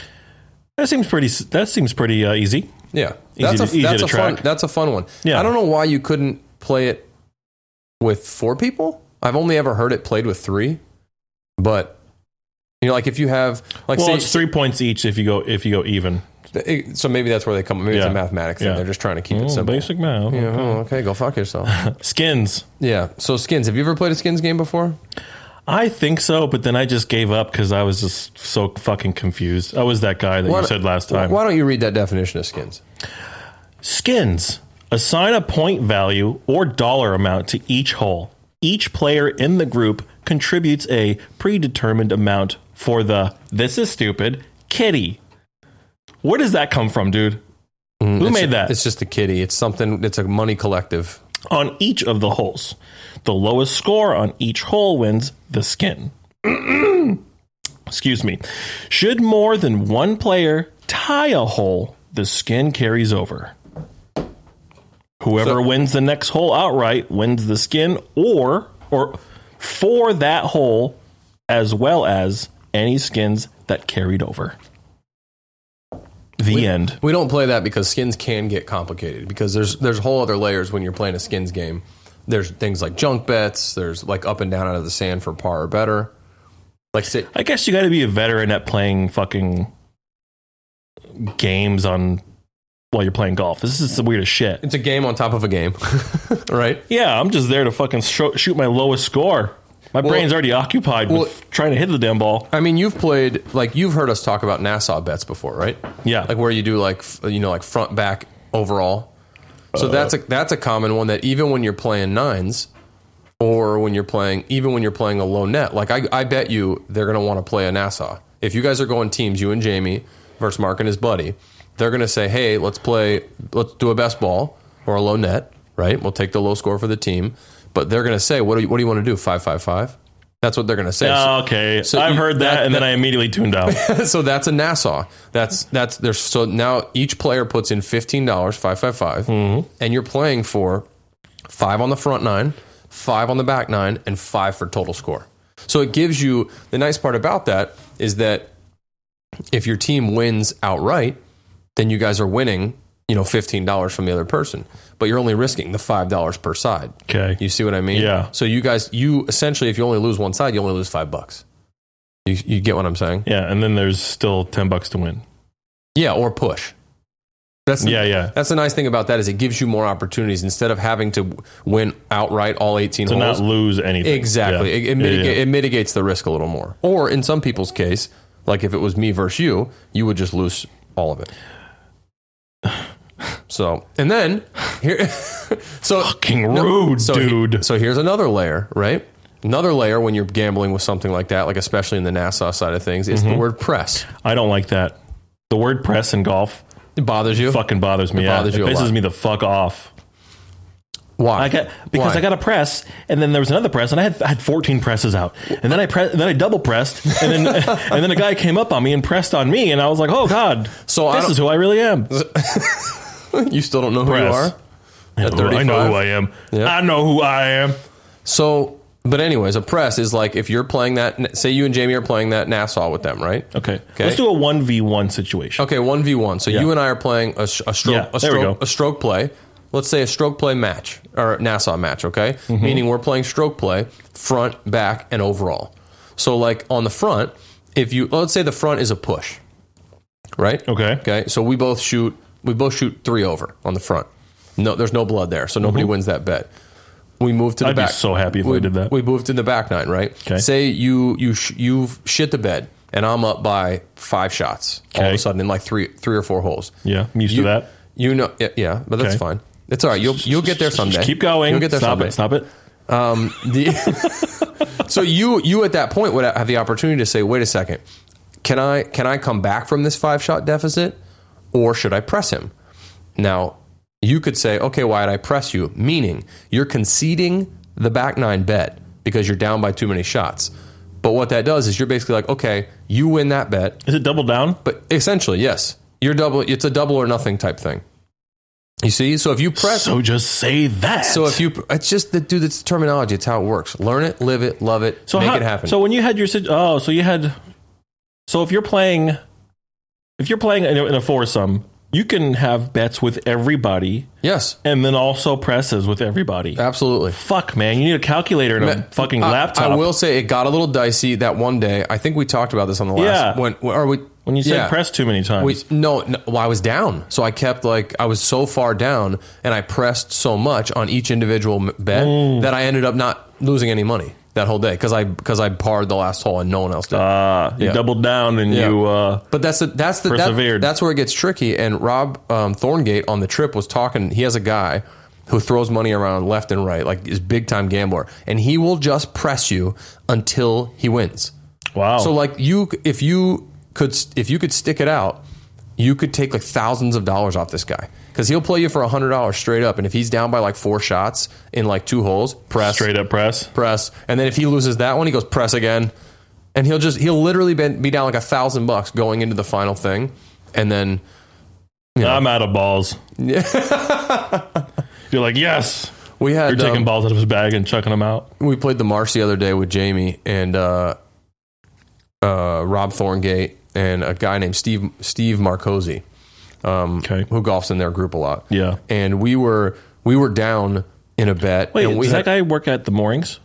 That seems pretty. s- That seems pretty uh, easy. Yeah, Easy that's to- a easy that's to a fun track. that's a fun one. Yeah. I don't know why you couldn't play it with four people. I've only ever heard it played with three, but you know, like if you have like Well, say, it's three points each if you go if you go even. it- so maybe that's where they come. Maybe it's Yeah. a mathematic thing. Yeah. They're just trying to keep it Oh, simple. basic math. Yeah, oh, okay, go fuck yourself. Skins. Yeah. So skins. Have you ever played a skins game before? I think so, but then I just gave up because I was just so fucking confused. I was that guy that you said last time. Why don't you read that definition of skins? Skins. Assign a point value or dollar amount to each hole. Each player in the group contributes a predetermined amount for the this is stupid kitty. Where does that come from, dude? Who made that? Mm, It's just a kitty. It's something. It's a money collective. on each of the holes. The lowest score on each hole wins the skin. Excuse me. Should more than one player tie a hole, the skin carries over. Whoever wins the next hole outright wins the skin or or for that hole as well as any skins that carried over. The end. We don't play that because skins can get complicated because there's there's whole other layers when you're playing a skins game. There's things like junk bets. There's like up and down out of the sand for par or better. Like say, I guess you got to be a veteran at playing fucking games on while you're playing golf. This is the weirdest shit. it's a game on top of a game, right? Yeah, I'm just there to fucking sho shoot my lowest score. My brain's already occupied well- with trying to hit the damn ball. I mean, you've played like you've heard us talk about Nassau bets before, right? Yeah. like where you do like f- you know like front back overall. Uh-huh. So that's a that's a common one that even when you're playing nines, or when you're playing even when you're playing a low net, like I, I bet you they're gonna want to play a Nassau. If you guys are going teams, you and Jamie versus Mark and his buddy, they're gonna say, hey, let's play, let's do a best ball or a low net, right? We'll take the low score for the team, but they're going to say, "What do you, what do you want to do? Five five five? That's what they're going to say. So- Oh, okay. so I've you- heard that, that- and then I immediately tuned out. so that's a Nassau. That's that's there's so now each player puts in fifteen dollars, five five five, and you're playing for five on the front nine, five on the back nine, and five for total score. So it gives you the nice part about that is that if your team wins outright, then you guys are winning, you know, fifteen dollars from the other person, but you're only risking the five dollars per side. Okay. You see what I mean? Yeah. So you guys, you essentially, if you only lose one side, you only lose five bucks. You, you get what I'm saying? Yeah, and then there's still ten bucks to win. Yeah, or push. That's Yeah, yeah. That's the nice thing about that is it gives you more opportunities instead of having to win outright all eighteen To holes. not lose anything. exactly, Yeah. it, it, Yeah, mitiga- yeah. it mitigates the risk a little more. Or in some people's case, like if it was me versus you, you would just lose all of it. So and then here, so Fucking no, rude, so he- dude. so here's another layer, right? Another layer when you're gambling with something like that, like especially in the Nassau side of things, Mm-hmm. is the word press. I don't like that. The word press in golf It bothers you. fucking bothers me. It, bothers it you a pisses lot. me the fuck off. Why? I got because Why? I got a press, and then there was another press, and I had I had fourteen presses out, and then I pre- and then I double pressed, and then and then a guy came up on me and pressed on me, and I was like, oh god, So I this don't- is who I really am. You still don't know who Press. you are? At Oh, I know 35? who I am. Yeah. I know who I am. So, but anyways, a press is like if you're playing that, say you and Jamie are playing that Nassau with them, right? Okay, Okay. let's do a one v one situation. Okay, 1v1. So you and I are playing a, sh- a stroke, Yeah, a, there we stroke go. a stroke play. Let's say a stroke play match or Nassau match, okay? Mm-hmm. Meaning we're playing stroke play, front, back, and overall. So, like on the front, if you, let's say the front is a push, right? Okay. Okay. So we both shoot, we both shoot three over on the front. No, there's no blood there. So nobody wins that bet. We move to the Mm-hmm. I'd be back. so happy if I we did that. We moved in the back nine, right? 'Kay. Say you you sh- you shit the bed, and I'm up by five shots all of a Okay. sudden in like three three or four holes. Yeah, I'm used you, to that. You know, yeah, yeah, but that's Okay. fine. It's all right. You'll you'll get there someday. Keep going. You'll get there Stop someday. it. Stop it. The- so you you at that point would have the opportunity to say, wait a second, can I can I come back from this five shot deficit, or should I press him? Now you could say, okay, why did I press you? Meaning you're conceding the back nine bet because you're down by too many shots. But what that does is you're basically like, okay, you win that bet, Is it double down? but essentially, yes, you're double. It's a double or nothing type thing. You see, so if you press, so, So just say that. if you, it's just the dude. It's terminology. It's how it works. Learn it, live it, love it, so make how- it happen. So when you had your sit- oh, so you had so if you're playing if you're playing in a, in a foursome, you can have bets with everybody yes, and then also presses with everybody. absolutely. Fuck man, you need a calculator and a fucking Uh, I- laptop. I, will say it got a little dicey that one day. I think we talked about this on the last Yeah. when or we when you said yeah. press too many times. We, no, no, well, I was down, so I kept like I was so far down, and I pressed so much on each individual m- bet Mm. that I ended up not losing any money that whole day because I because I parred the last hole and no one else did. uh, you yeah. doubled down and Yeah. you uh But that's the that's the that- Persevered. that's where it gets tricky. And Rob um, Thorngate on the trip was talking. He has a guy who throws money around left and right, like is big time gambler, and he will just press you until he wins. wow. So like you, if you could if you could stick it out, you could take like thousands of dollars off this guy because he'll play you for hundred dollars straight up. And if he's down by like four shots in like two holes, press straight up press. press, and then if he loses that one, he goes press again, and he'll just he'll literally be, be down like a thousand bucks going into the final thing, and then I'm out of balls. you're like, "Yes." we had You're taking um, balls out of his bag and chucking them out. we played the marsh the other day with Jamie and uh, uh, Rob Thorngate and a guy named Steve Steve Marcosi. Okay. who golfs in their group a lot. Yeah. And we were we were down in a bet. Wait, and we does had, that guy work at the Moorings?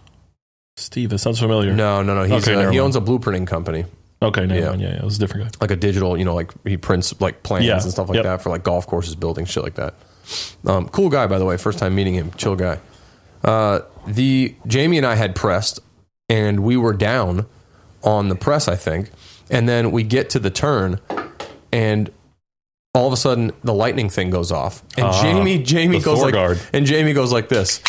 Steve, that sounds familiar. No, no, no. He's Okay, uh never he mind. owns a blueprinting company, Okay, never Yeah. mind. Yeah, yeah, it was a different guy. like a digital. You know, like he prints like plans Yeah. and stuff like Yep. that for like golf courses, buildings, shit like that. Um, cool guy, by the way. First time meeting him, chill guy. Uh, the Jamie and I had pressed, and we were down on the press, I think. And then we get to the turn, and all of a sudden the lightning thing goes off, and Jamie Jamie Ah, the goes Thorgard. like, and Jamie goes like this.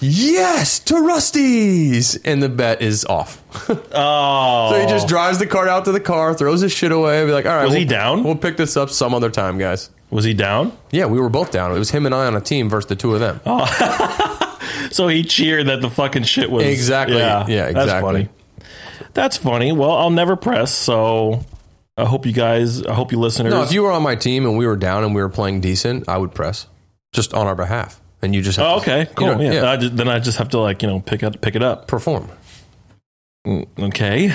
Yes to Rusty's, and the bet is off. Oh, So he just drives the cart out to the car, throws his shit away, be like, "All right, Was he we'll- down? We'll pick this up some other time, guys." Was he down? Yeah, we were both down. It was him and I on a team versus the two of them. Oh, So he cheered that the fucking shit was Exactly. Yeah, That's exactly. funny. That's funny. Well, I'll never press. So I hope you guys. I hope you listeners. No, if you were on my team and we were down and we were playing decent, I would press just on our behalf, and you just have oh, to okay, cool. know, yeah. yeah. I ju- then I just have to like you know pick up pick it up. perform. Okay.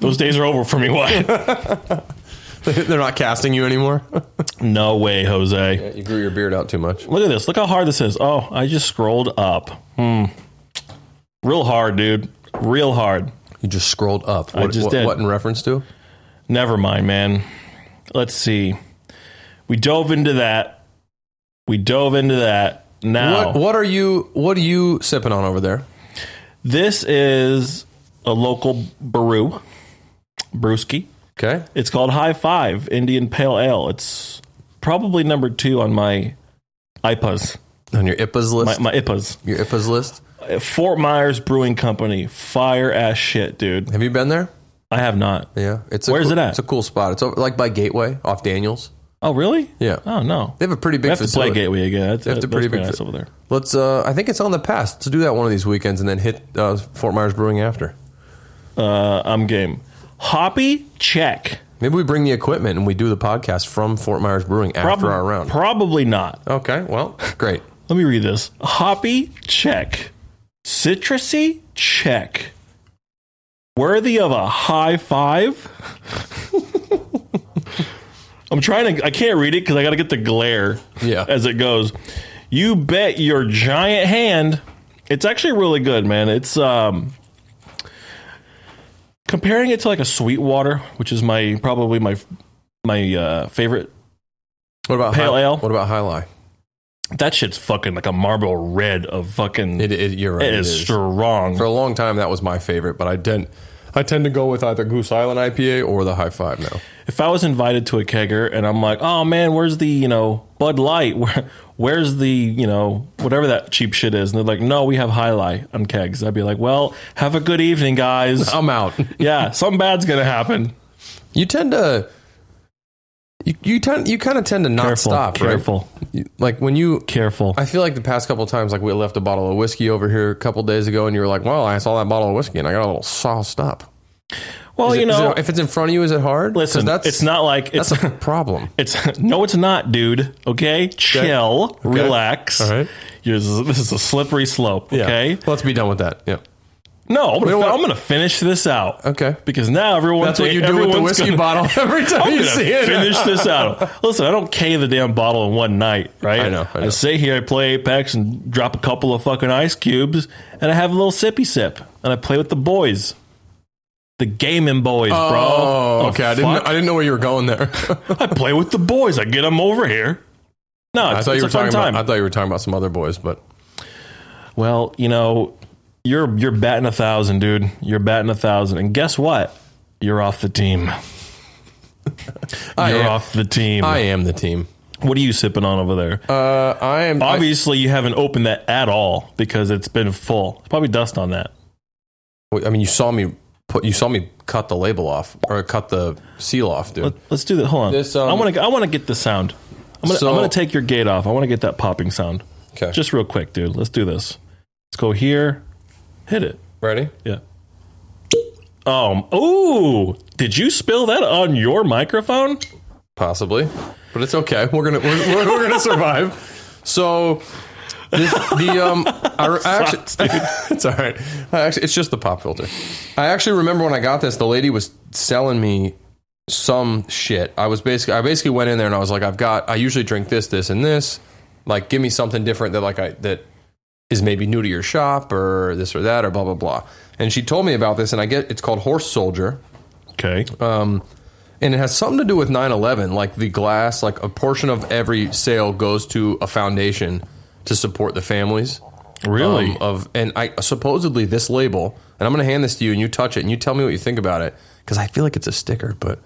Those days are over for me. Why? They're not casting you anymore. no way, Jose. you grew your beard out too much. Look at this. Look how hard this is. Oh, I just scrolled up. Hmm. Real hard, dude. Real hard. You just scrolled up. What, just what, did. what in reference to? Never mind, man. Let's see. We dove into that. We dove into that. Now, What What are you What are you sipping on over there? this is a local brew, brewski. Okay, It's called High Five Indian Pale Ale. It's probably number two on my IPAs, on your IPA's my, list. my IPAs. your IPA's list. Fort Myers Brewing Company, fire ass shit, dude. Have you been there? I have not. Yeah, it's a Where's cool- it at? It's a cool spot. It's over, like by Gateway off Daniels. Oh, really? Yeah, Oh no. they have a pretty big We have to play facility. Gateway again. That's, have to that's pretty pretty big nice fa- over there. Let's. Uh, I think it's on the pass. Let's do that one of these weekends and then hit uh, Fort Myers Brewing after. Uh, I'm game. Hoppy check. Maybe we bring the equipment and we do the podcast from Fort Myers Brewing after Prob- our round. Probably not. Okay, well, great. Let me read this. Hoppy check. Citrusy check. Worthy of a high five. I'm trying to I can't read it because I gotta get the glare Yeah. as it goes. You bet your giant hand. It's actually really good, man. It's um comparing it to like a Sweetwater, which is my probably my my uh, favorite What about Pale High, ale? What about High Lie? That shit's fucking like a marble red of fucking. It, it, you're right. it is, strong. For a long time, that was my favorite, but I didn't. I tend to go with either Goose Island IPA or the High Five now. If I was invited to a kegger and I'm like, oh man, where's the you know Bud Light? Where, where's the you know whatever that cheap shit is? And they're like, no, we have High Light on kegs. I'd be like, well, have a good evening, guys. I'm out. yeah, something bad's gonna happen. you tend to. You, you tend you kind of tend to not Careful, stop careful, right You- like when you careful. I feel like the past couple of times like we left a bottle of whiskey over here a couple days ago and you were like well I saw that bottle of whiskey and I got a little sauced up well, Is you it- is know, it- if it's in front of you is it hard 'Cause listen, that's it's not like it's that's a problem It's no, it's not, dude. Okay, chill, relax. All right. You're, this is a slippery slope. Okay, Let's be done with that. Yeah. no, I'm gonna, don't want- I'm gonna finish this out. Okay. because now everyone That's what you do with the everyone's whiskey gonna- bottle every time I'm you gonna see it. finish this out. Listen, I don't K the damn bottle in one night, right? I know, I know. sit here, I play Apex, and drop a couple of fucking ice cubes, and I have a little sippy sip, and I play with the boys, the gaming boys, bro. Oh, okay. I didn't. fuck. I didn't know where you were going there. I play with the boys. I get them over here. No, it's, I thought it's you were a fun talking time. about. uh, I thought you were talking about some other boys, but Well, you know, you're you're batting a thousand, dude. You're batting a thousand, and guess what? You're off the team. I You're am, off the team. I am the team. what are you sipping on over there? Uh, I am. I, Obviously, you haven't opened that at all because it's been full. It's probably dust on that. I mean, you saw me put. You saw me cut the label off or cut the seal off, dude. Let's do that. Hold on. This, um, I want to. I want to get the sound. I'm gonna, So- I'm gonna take your gate off. I want to get that popping sound. Okay. Just Just real quick, dude. Let's do this. Let's go here. Hit it. ready. Yeah. Um. Ooh. Did you spill that on your microphone? Possibly, but it's okay. We're gonna we're, we're, we're gonna survive. So this, the um, I, I actually it's all right. I actually, it's just the pop filter. I actually remember when I got this, the lady was selling me some shit. I was basically I basically went in there and I was like, I've got I usually drink this, this, and this. Like, give me something different that like I that is maybe new to your shop or this or that or blah blah blah. And she told me about this, and I get it's called Horse Soldier Okay. and it has something to do with 9-11 like the glass like a portion of every sale goes to a foundation to support the families really? um, of and i supposedly this label and i'm going to hand this to you and you touch it and you tell me what you think about it because i feel like it's a sticker but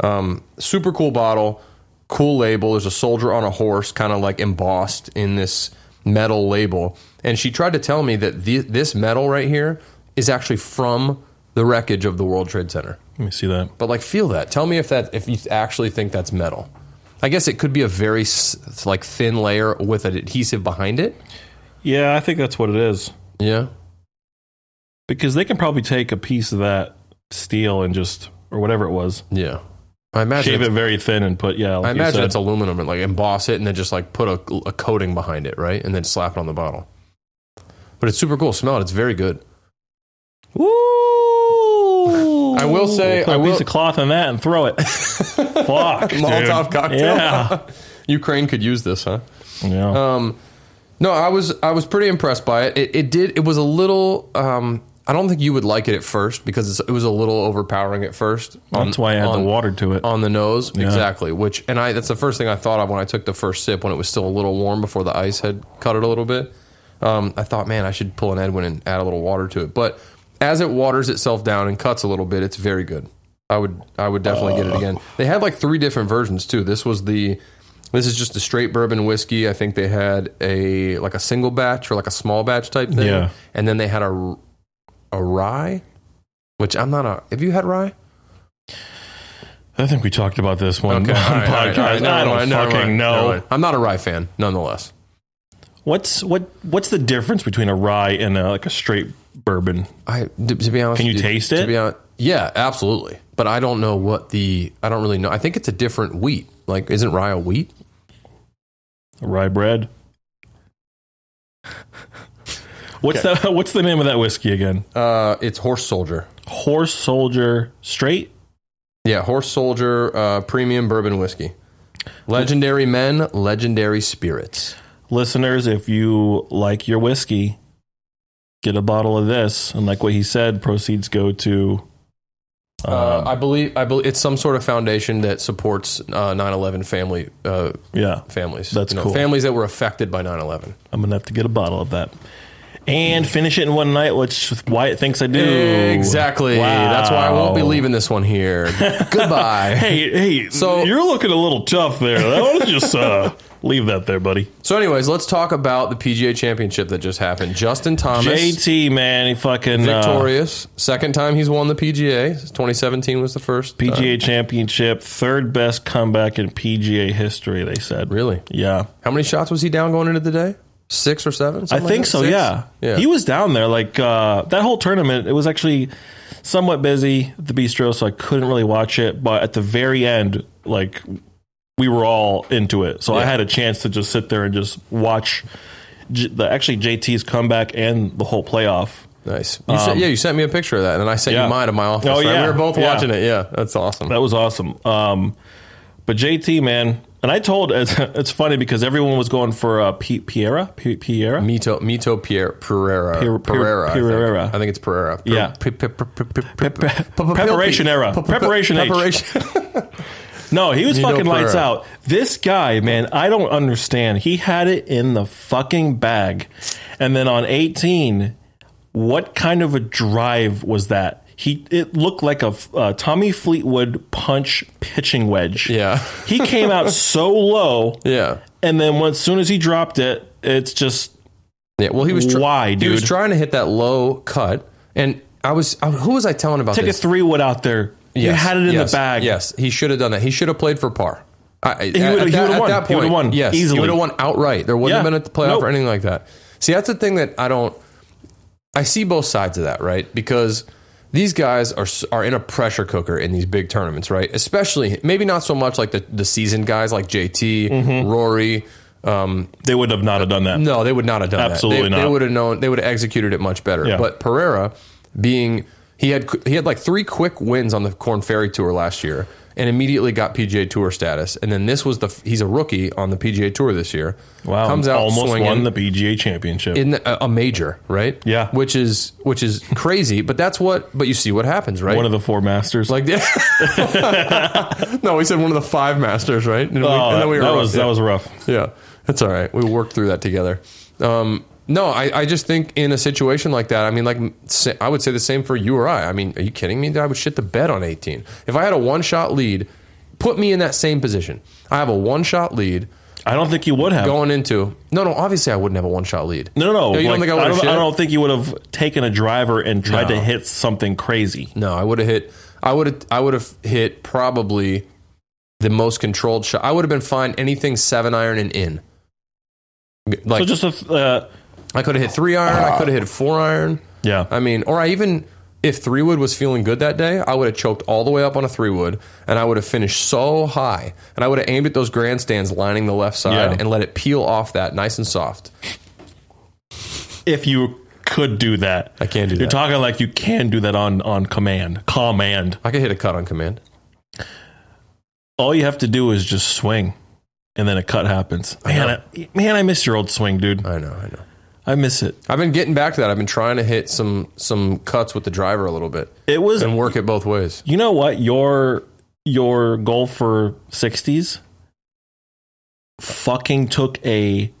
um, super cool bottle cool label there's a soldier on a horse kind of like embossed in this metal label and she tried to tell me that the, this metal right here is actually from the wreckage of the world trade center Let me see that. but like, feel that. Tell me if that if you actually think that's metal. I guess it could be a very s- like thin layer with an adhesive behind it. Yeah, I think that's what it is. Yeah. Because they can probably take a piece of that steel and just or whatever it was, Yeah. I imagine shave it's- it very thin and put yeah. Like I you imagine said. it's aluminum and like emboss it and then just like put a, a coating behind it, right? And then slap it on the bottle. But it's super cool. Smell it. It's very good. Ooh. I will say- put I a will- piece of cloth on that and throw it. Fuck, dude. Molotov cocktail. Yeah. Ukraine could use this, huh? yeah. Um, no, I was I was pretty impressed by it. It, it did. It was a little. Um, I don't think you would like it at first because it's, it was a little overpowering at first. on- that's why I had on- the water to it. on the nose exactly which and i that's the first thing i thought of when i took the first sip when it was still a little warm before the ice had cut it a little bit um, i thought man i should pull an edwin and add a little water to it but as it waters itself down and cuts a little bit it's very good i would i would definitely get Uh. it again they had like three different versions too this was the this is just a straight bourbon whiskey i think they had a like a single batch or like a small batch type thing Yeah. and then they had a a rye which i'm not a have you had rye I think we talked about this one Okay. on all right, all right, podcast. all right, never I don't mind, never fucking mind, know. never mind. I'm not a rye fan, nonetheless. What's what? What's the difference between a rye and a, like a straight bourbon? I to, to be honest, Can you with taste to it? be honest, yeah, absolutely. But I don't know what the I don't really know. I think it's a different wheat. Like, isn't rye a wheat? Rye bread. What's that? What's the name of that whiskey again? Uh, it's horse soldier. Horse Soldier Straight. Yeah, horse soldier uh, premium bourbon whiskey. Legendary men, legendary spirits. Listeners, if you like your whiskey, get a bottle of this, and like what he said, proceeds go to. um, Uh, I believe I believe it's some sort of foundation that supports uh, 9/11 family uh, Yeah, families. That's cool. Families that were affected by 9/11. I'm gonna have to get a bottle of that. And finish it in one night, which Wyatt thinks I do. Exactly. Wow. That's why I won't be leaving this one here. Goodbye. Hey, hey, So- so you're looking a little tough there. That was just uh, leave that there, buddy. So, anyways, let's talk about the PGA Championship that just happened. Justin Thomas, JT, man, he fucking uh, victorious. Second time he's won the PGA. 2017 was the first. Uh, PGA Championship, third best comeback in PGA history. They said, really? yeah, How many shots was he down going into the day? Six or seven? I Something like think that? so. Six? Yeah. Yeah. he was down there like uh, that whole tournament. It was actually somewhat busy at the bistro, so I couldn't really watch it. But at the very end, like we were all into it, so I Yeah. had a chance to just sit there and just watch J- the actually JT's comeback and the whole playoff. nice. You sent, yeah, you sent me a picture of that, and I sent um, yeah. you mine at my office. Oh, right? yeah. We were both Yeah. watching it. Yeah, that's awesome. That was awesome. Um, but JT, man, and I told it's, it's funny because everyone was going for uh, P- Piera, P- Piera, Mito Mito Pierre Pereira Pier- Pier- Pereira I think. Pereira. I think it's Pereira. Per- Yeah. pre- pre- pre- pre- pre- preparation era. Pe- pe- pe- Preparation age. Preparation. No, he was know fucking lights Pereira. out. This guy, man, I don't understand. He had it in the fucking bag. And then on 18, what kind of a drive was that? He it looked like a uh, Tommy Fleetwood punch pitching wedge. Yeah. he came out so low, Yeah. and then when- as soon as he dropped it, it's just Yeah. Well, he was tr- Why, He was dude? trying to hit that low cut, and I was I, who was I telling about take a this? three wood out there. You Yes, had it in yes, the bag. Yes, he should have done that. He should have played for par. I, he would've- he would've won. At that He point, would've won Yes, easily. he would have won outright. There wouldn't Yeah. have been a playoff Nope. or anything like that. See, that's the thing that I don't. I see both sides of that, right? Because these guys are s- are in a pressure cooker in these big tournaments, right? Especially maybe not so much like the the seasoned guys like JT, Mm-hmm. Rory. Um, They would have not have done that. no, they would not have done Absolutely that. They, They not. would have known. They would have executed it much better. Yeah. But Pereira, being he had he had like three quick wins on the Corn Ferry Tour last year, and immediately got PGA Tour status. And then this was the he's a rookie on the PGA Tour this year. Wow, comes out almost swinging won the PGA championship. in a, a major, right? Yeah. which is which is crazy. but that's what. But you see what happens, right? one of the four masters. like no, we said one of the five masters, right? And, we- oh, and then we that were- was yeah. that was rough. Yeah, that's all right. We worked through that together. Um, no, I, I just think in a situation like that, I mean, like sa- I would say the same for you or I. I mean, are you kidding me? I would shit the bed on 18. If I had a one shot lead, put me in that same position. I have a one shot lead I don't think you would have. going into. No, no, obviously I wouldn't have a one shot lead. no, no, no. you don't Like, think I would have don't, shit? I don't think you would have taken a driver and tried to hit something crazy. No, I would have hit. I would have. I would have hit probably the most controlled shot. I would have been fine anything seven iron and in. Like So just a uh, I could have hit three iron. I could have hit a four iron. yeah. I mean, or I even if three wood was feeling good that day, I would have choked all the way up on a three wood, and I would have finished so high, and I would have aimed at those grandstands lining the left side Yeah. and let it peel off that nice and soft. if you could do that, I can't do You're that. talking like you can do that on on command. Command. I could hit a cut on command. All you have to do is just swing, and then a cut happens. Man, I, man, I miss your old swing, dude. I know, I know. I miss it. I've been getting back to that. I've been trying to hit some some cuts with the driver a little bit It was. and work it both ways. You know what your your goal for sixties fucking took a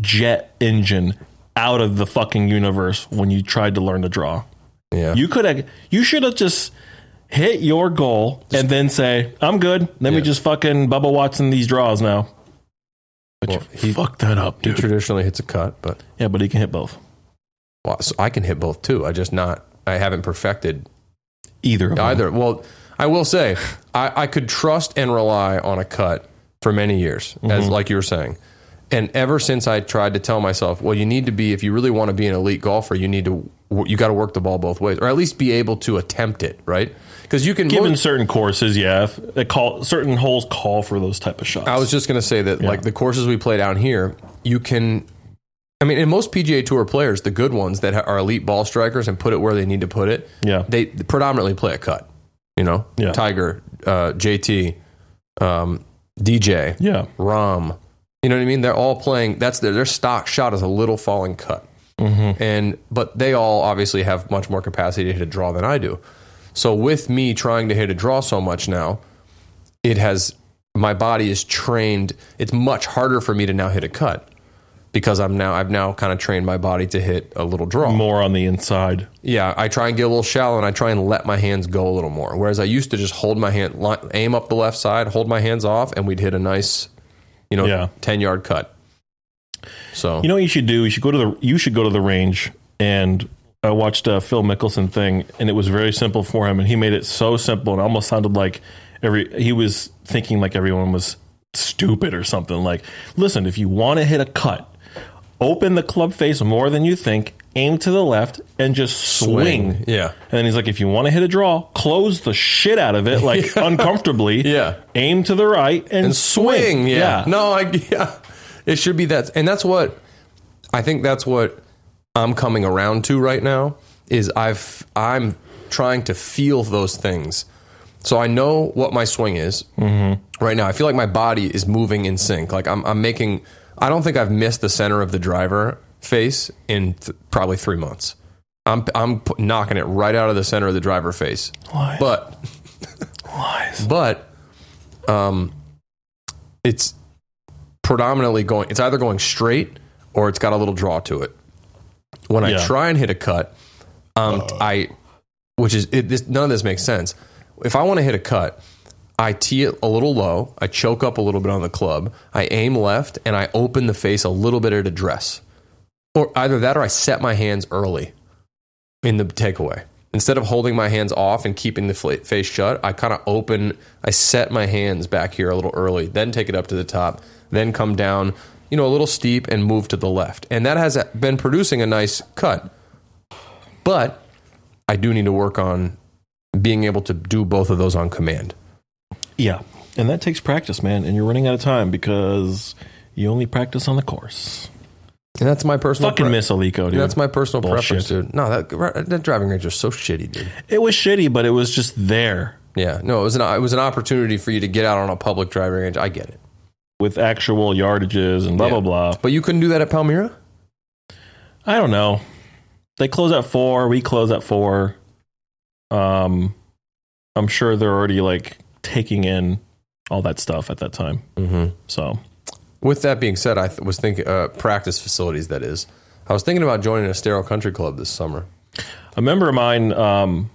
jet engine out of the fucking universe when you tried to learn to draw. Yeah, You could have. You should have just hit your goal and then say, "I'm good." Let me Yeah. just fucking Bubba Watson these draws now. But Well, you he- fucked that up, he dude. traditionally hits a cut, but yeah, but he can hit both. well, so I can hit both too. I just not. I haven't perfected Either. Of either. Well, I will say I, I could trust and rely on a cut for many years, as like you were saying. And ever since I tried to tell myself, well, you need to be if you really want to be an elite golfer, you need to you got to work the ball both ways, or at least be able to attempt it, right? Because you can. Given certain courses, yeah, if they call certain holes call for those type of shots. I was just gonna say that like the courses we play down here, you can. I mean, and most PGA Tour players, the good ones that are elite ball strikers and put it where they need to put it, yeah, they predominantly play a cut. You know, Yeah. Tiger, uh, JT, um, DJ, yeah, Rom. You know what I mean? They're all playing. That's their their stock shot is a little falling cut, mm-hmm. and but they all obviously have much more capacity to hit a draw than I do. So with me trying to hit a draw so much now, it has my body is trained. It's much harder for me to now hit a cut because I'm now I've now kind of trained my body to hit a little draw. more on the inside. Yeah, I try and get a little shallow and I try and let my hands go a little more. Whereas I used to just hold my hand, li- aim up the left side, hold my hands off, and we'd hit a nice, you know, Yeah. 10 yard cut. So, You know what you should do? You should go to the you should go to the range and I watched a Phil Mickelson thing and it was very simple for him and he made it so simple and almost sounded like every he was thinking like everyone was stupid or something like listen if you want to hit a cut open the club face more than you think aim to the left and just swing, Yeah. and then he's like if you want to hit a draw close the shit out of it like uncomfortably Yeah. aim to the right and, swing, Swing. Yeah. No, I, yeah. It should be that. And that's what I think that's what I'm coming around to right now is I've, I'm trying to feel those things. So I know what my swing is right now. I feel like my body is moving in sync. Like I'm, I'm making. I don't think I've missed the center of the driver face in th- probably three months. I'm, I'm p- knocking it right out of the center of the driver face. Lies. But Lies. but um, it's predominantly going. It's either going straight or it's got a little draw to it. When Yeah. I try and hit a cut, um, I which is it, this, none of this makes sense. If I want to hit a cut, I tee it a little low. I choke up a little bit on the club. I aim left and I open the face a little bit at a dress, or either that or I set my hands early in the takeaway. Instead of holding my hands off and keeping the fla- face shut, I kind of open, I set my hands back here a little early, then take it up to the top, then come down, you know, a little steep and move to the left. And that has uh, been producing a nice cut. But I do need to work on being able to do both of those on command. Yeah. And that takes practice, man. And you're running out of time because you only practice on the course. And that's my personal Fucking pre- miss Alico, dude. That's my personal Bullshit. preference, dude. No, that, that driving range is so shitty, dude. It was shitty, but it was just there Yeah, no, it was an it was an opportunity for you to get out on a public driving range. I get it. with actual yardages and blah, Yeah. blah, blah. But you couldn't do that at Palmyra? I don't know. They close at four. We close at four. Um, I'm sure they're already like taking in all that stuff at that time. Mm-hmm. So, With that being said, I th- was thinking uh, practice facilities. That is, I was thinking about joining a sterile country club this summer. a member of mine, um,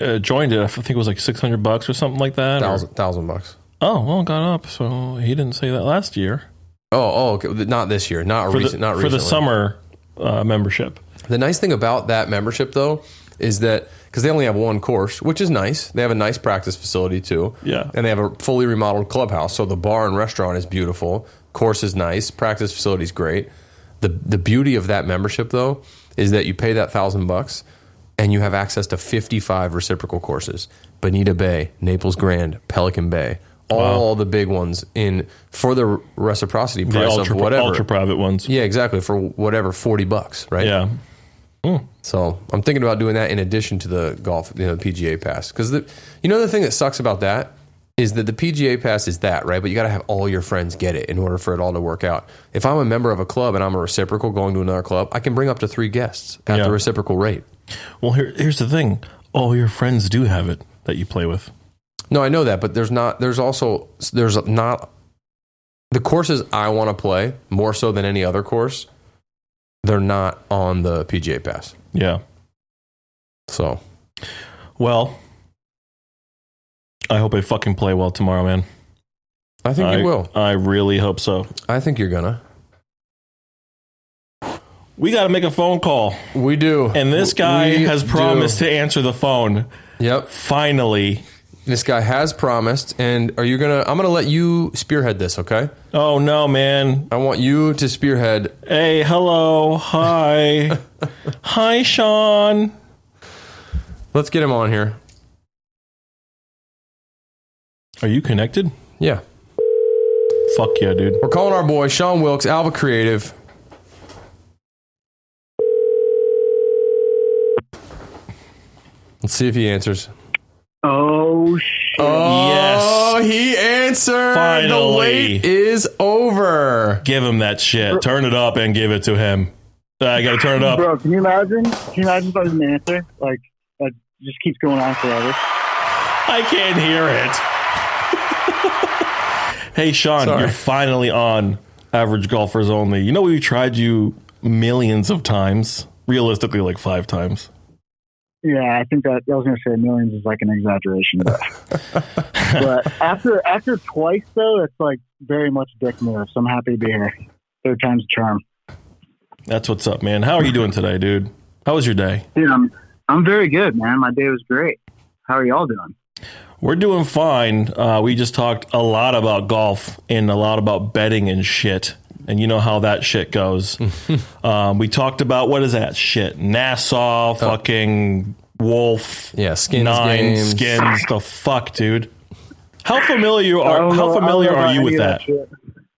uh, joined it. I think it was like 600 bucks or something like that. or- Thousand, thousand bucks. Oh, well, it got up. So he didn't say that last year Oh, oh, okay. not this year. Not for the, recent. Not for the recently. summer uh, membership. The nice thing about that membership, though, is that because they only have one course, which is nice. They have a nice practice facility too. Yeah. And they have a fully remodeled clubhouse. So the bar and restaurant is beautiful. Course is nice. Practice facility is great. The the beauty of that membership though is that you pay that thousand bucks and you have access to fifty five reciprocal courses. Bonita Bay, Naples Grand, Pelican Bay. All the big ones in for the reciprocity The price ultra, of whatever. ultra private ones. Yeah, exactly. For whatever, 40 bucks, right? Yeah. So I'm thinking about doing that in addition to the golf, you know, the PGA pass. Because the, you know, the thing that sucks about that is that the PGA pass is that, right? But you got to have all your friends get it in order for it all to work out. If I'm a member of a club and I'm a reciprocal going to another club, I can bring up to three guests at Yeah. the reciprocal rate. Well, here, here's the thing. All your friends do have it that you play with. No, I know that, but there's not. There's also there's not the courses I want to play more so than any other course. They're not on the PGA pass. Yeah. So Well, I hope I fucking play well tomorrow, man. I think you will. I really hope so. I think you're gonna. We got to make a phone call. We do. And this guy We has do. promised to answer the phone. Yep. Finally. This guy has promised. And are you gonna? I'm gonna let you spearhead this. Okay. Oh, no, man. I want you to spearhead. Hey, hello. Hi. Hi, Sean. Let's get him on here. Are you connected? Yeah. Fuck yeah, dude. We're calling our boy Sean Wilkes, Alva Creative. Let's see if he answers. Oh, shit. Oh, he answered. Finally. The wait is over. Give him that shit. Turn it up and give it to him. Uh, I got to turn it up. bro, can you imagine? Can you imagine if I didn't answer? Like, that just keeps going on forever. I can't hear it. hey, Sean, Sorry. you're finally on Average Golfers Only. You know, we tried you millions of times, realistically, like five times. Yeah, I think that I was going to say millions is like an exaggeration, but, but after after twice though, that's like very much a dick move. So I'm happy to be here. Third time's a charm, That's what's up, man. How are you doing today, dude? How was your day? dude. I'm I'm very good, man. My day was great. How are y'all doing? We're doing fine. Uh, we just talked a lot about golf and a lot about betting and shit. And you know how that shit goes. um, we talked about what is that shit? Nassau, fucking Wolf, Yeah, Oh. skins Nine, games. Skins, the fuck, dude. How familiar I are don't know- how I don't familiar know are about you any with of that? shit.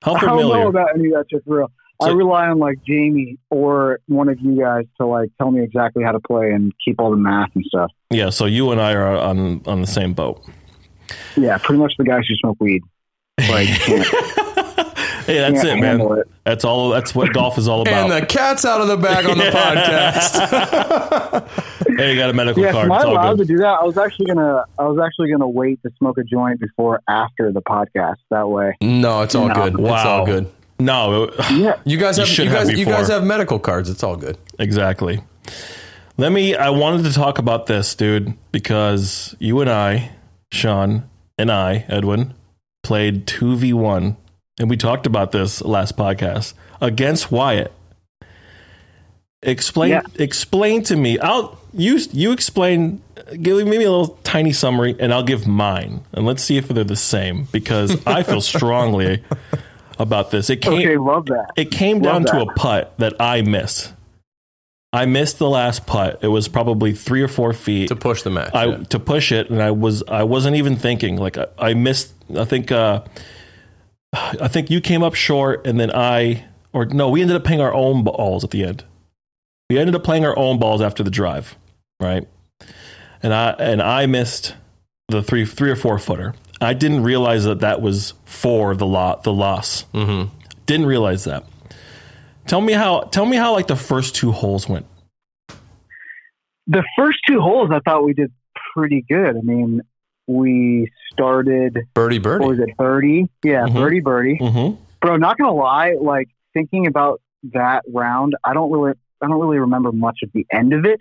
How I don't know familiar? about any of that shit for real. I So- rely on like Jamie or one of you guys to like tell me exactly how to play and keep all the math and stuff. Yeah, so you and I are on on the same boat. Yeah, pretty much the guys who smoke weed. Like, can't, Hey, that's can't it, man. handle it. That's all. That's what golf is all about. And the cat's out of the bag on the podcast. hey, you got a medical Yes, card. am I It's all allowed good. to do that? I was actually gonna, I was actually gonna wait to smoke a joint before after the podcast. That way, No, it's all No. good. It's all Wow. good. No, it- yeah, You guys You have you, should have guys you before. guys have medical cards. It's all good. Exactly. Let me. I wanted to talk about this, dude, because you and I, Sean and I, Edwin, played 2v1, and we talked about this last podcast against Wyatt. Explain, Yeah. explain to me. I'll you you explain. Give me a little tiny summary, and I'll give mine, and let's see if they're the same because I feel strongly about this. It can't okay, love that. it came down to Love that. a putt that I missed. I missed the last putt. It was probably three or four feet. To push the match. I yeah. to push it, and I was I wasn't even thinking. Like I, I missed. I think uh, I think you came up short, and then I or no, we ended up playing our own balls at the end. We ended up playing our own balls after the drive, right? And I and I missed the three three or four footer. I didn't realize that that was for the lot the loss. Mhm. Didn't realize that. Tell me how. Tell me how like the first two holes went. The first two holes, I thought we did pretty good. I mean, we started. Birdie birdie. What was it? Birdie. Yeah, Mhm. birdie, birdie. Mm-hmm. bro not gonna lie like thinking about that round i don't really i don't really remember much of the end of it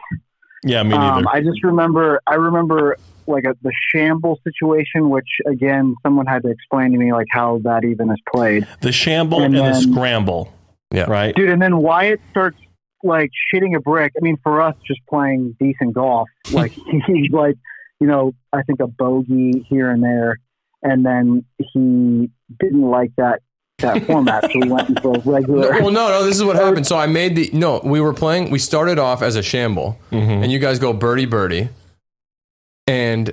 Yeah, me neither. um, i just remember i remember like a, the shamble situation which again someone had to explain to me like how that even is played the shamble and, and the then- scramble. Yeah. Right. dude and then wyatt starts like shitting a brick. I mean, for us, just playing decent golf, like he like you know, I think a bogey here and there, and then he didn't like that that format, so we went into a regular. Well, no, no. This is what happened. So I made the no. We were playing. We started off as a shamble, Mm-hmm. and you guys go birdie birdie, and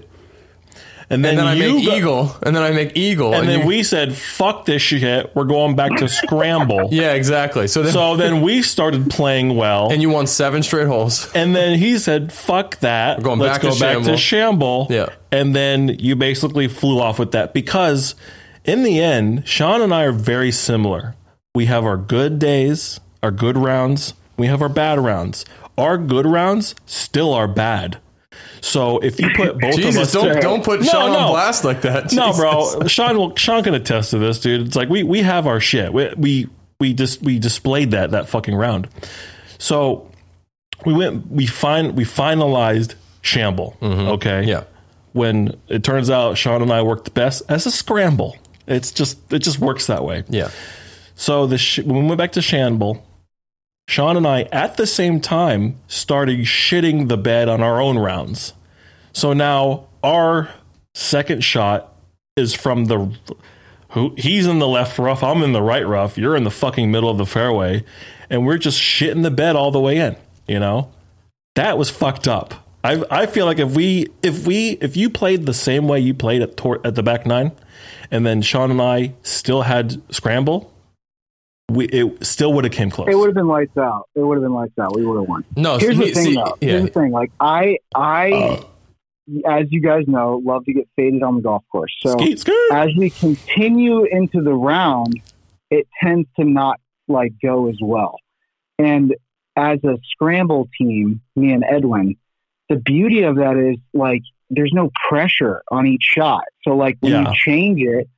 And then, and then I you make go- eagle, and then I make eagle, And then you- we said, "Fuck this shit. We're going back to scramble." yeah, exactly. So then So then we started playing well, and you won seven straight holes. And then he said, "Fuck that. going Let's back go to back to Shamble." Shamble." Yeah. And then you basically flew off with that because in the end, Sean and I are very similar. We have our good days, our good rounds, we have our bad rounds. Our good rounds still are bad. So if you put both of Jesus, us don't there- don't put No, Sean on no. blast like that. No, Jesus. bro. Sean will Sean can attest to this, dude. It's like we we have our shit. We we we just we displayed that that fucking round. So we went we fin we finalized shamble. Okay. Yeah. When it turns out Sean and I worked best as a scramble. It's just it just works that way. Yeah. So the sh- when we went back to Shamble, Sean and I at the same time started shitting the bed on our own rounds. So now our second shot is from the who he's in the left rough, I'm in the right rough, you're in the fucking middle of the fairway, and we're just shitting the bed all the way in, you know? That was fucked up. I I feel like if we if we if you played the same way you played at tor- at the back nine and then Sean and I still had scramble, we it still would have came close. It would have been lights out. It would have been lights out. We would have won. No. Here's he- the thing, see, though. yeah. Here's the thing. Like I, I, as you guys know, love to get faded on the golf course. So uh, Skeet, skeet. as we continue into the round, it tends to not like go as well. And as a scramble team, me and Edwin, the beauty of that is like there's no pressure on each shot. So like when Yeah. you change it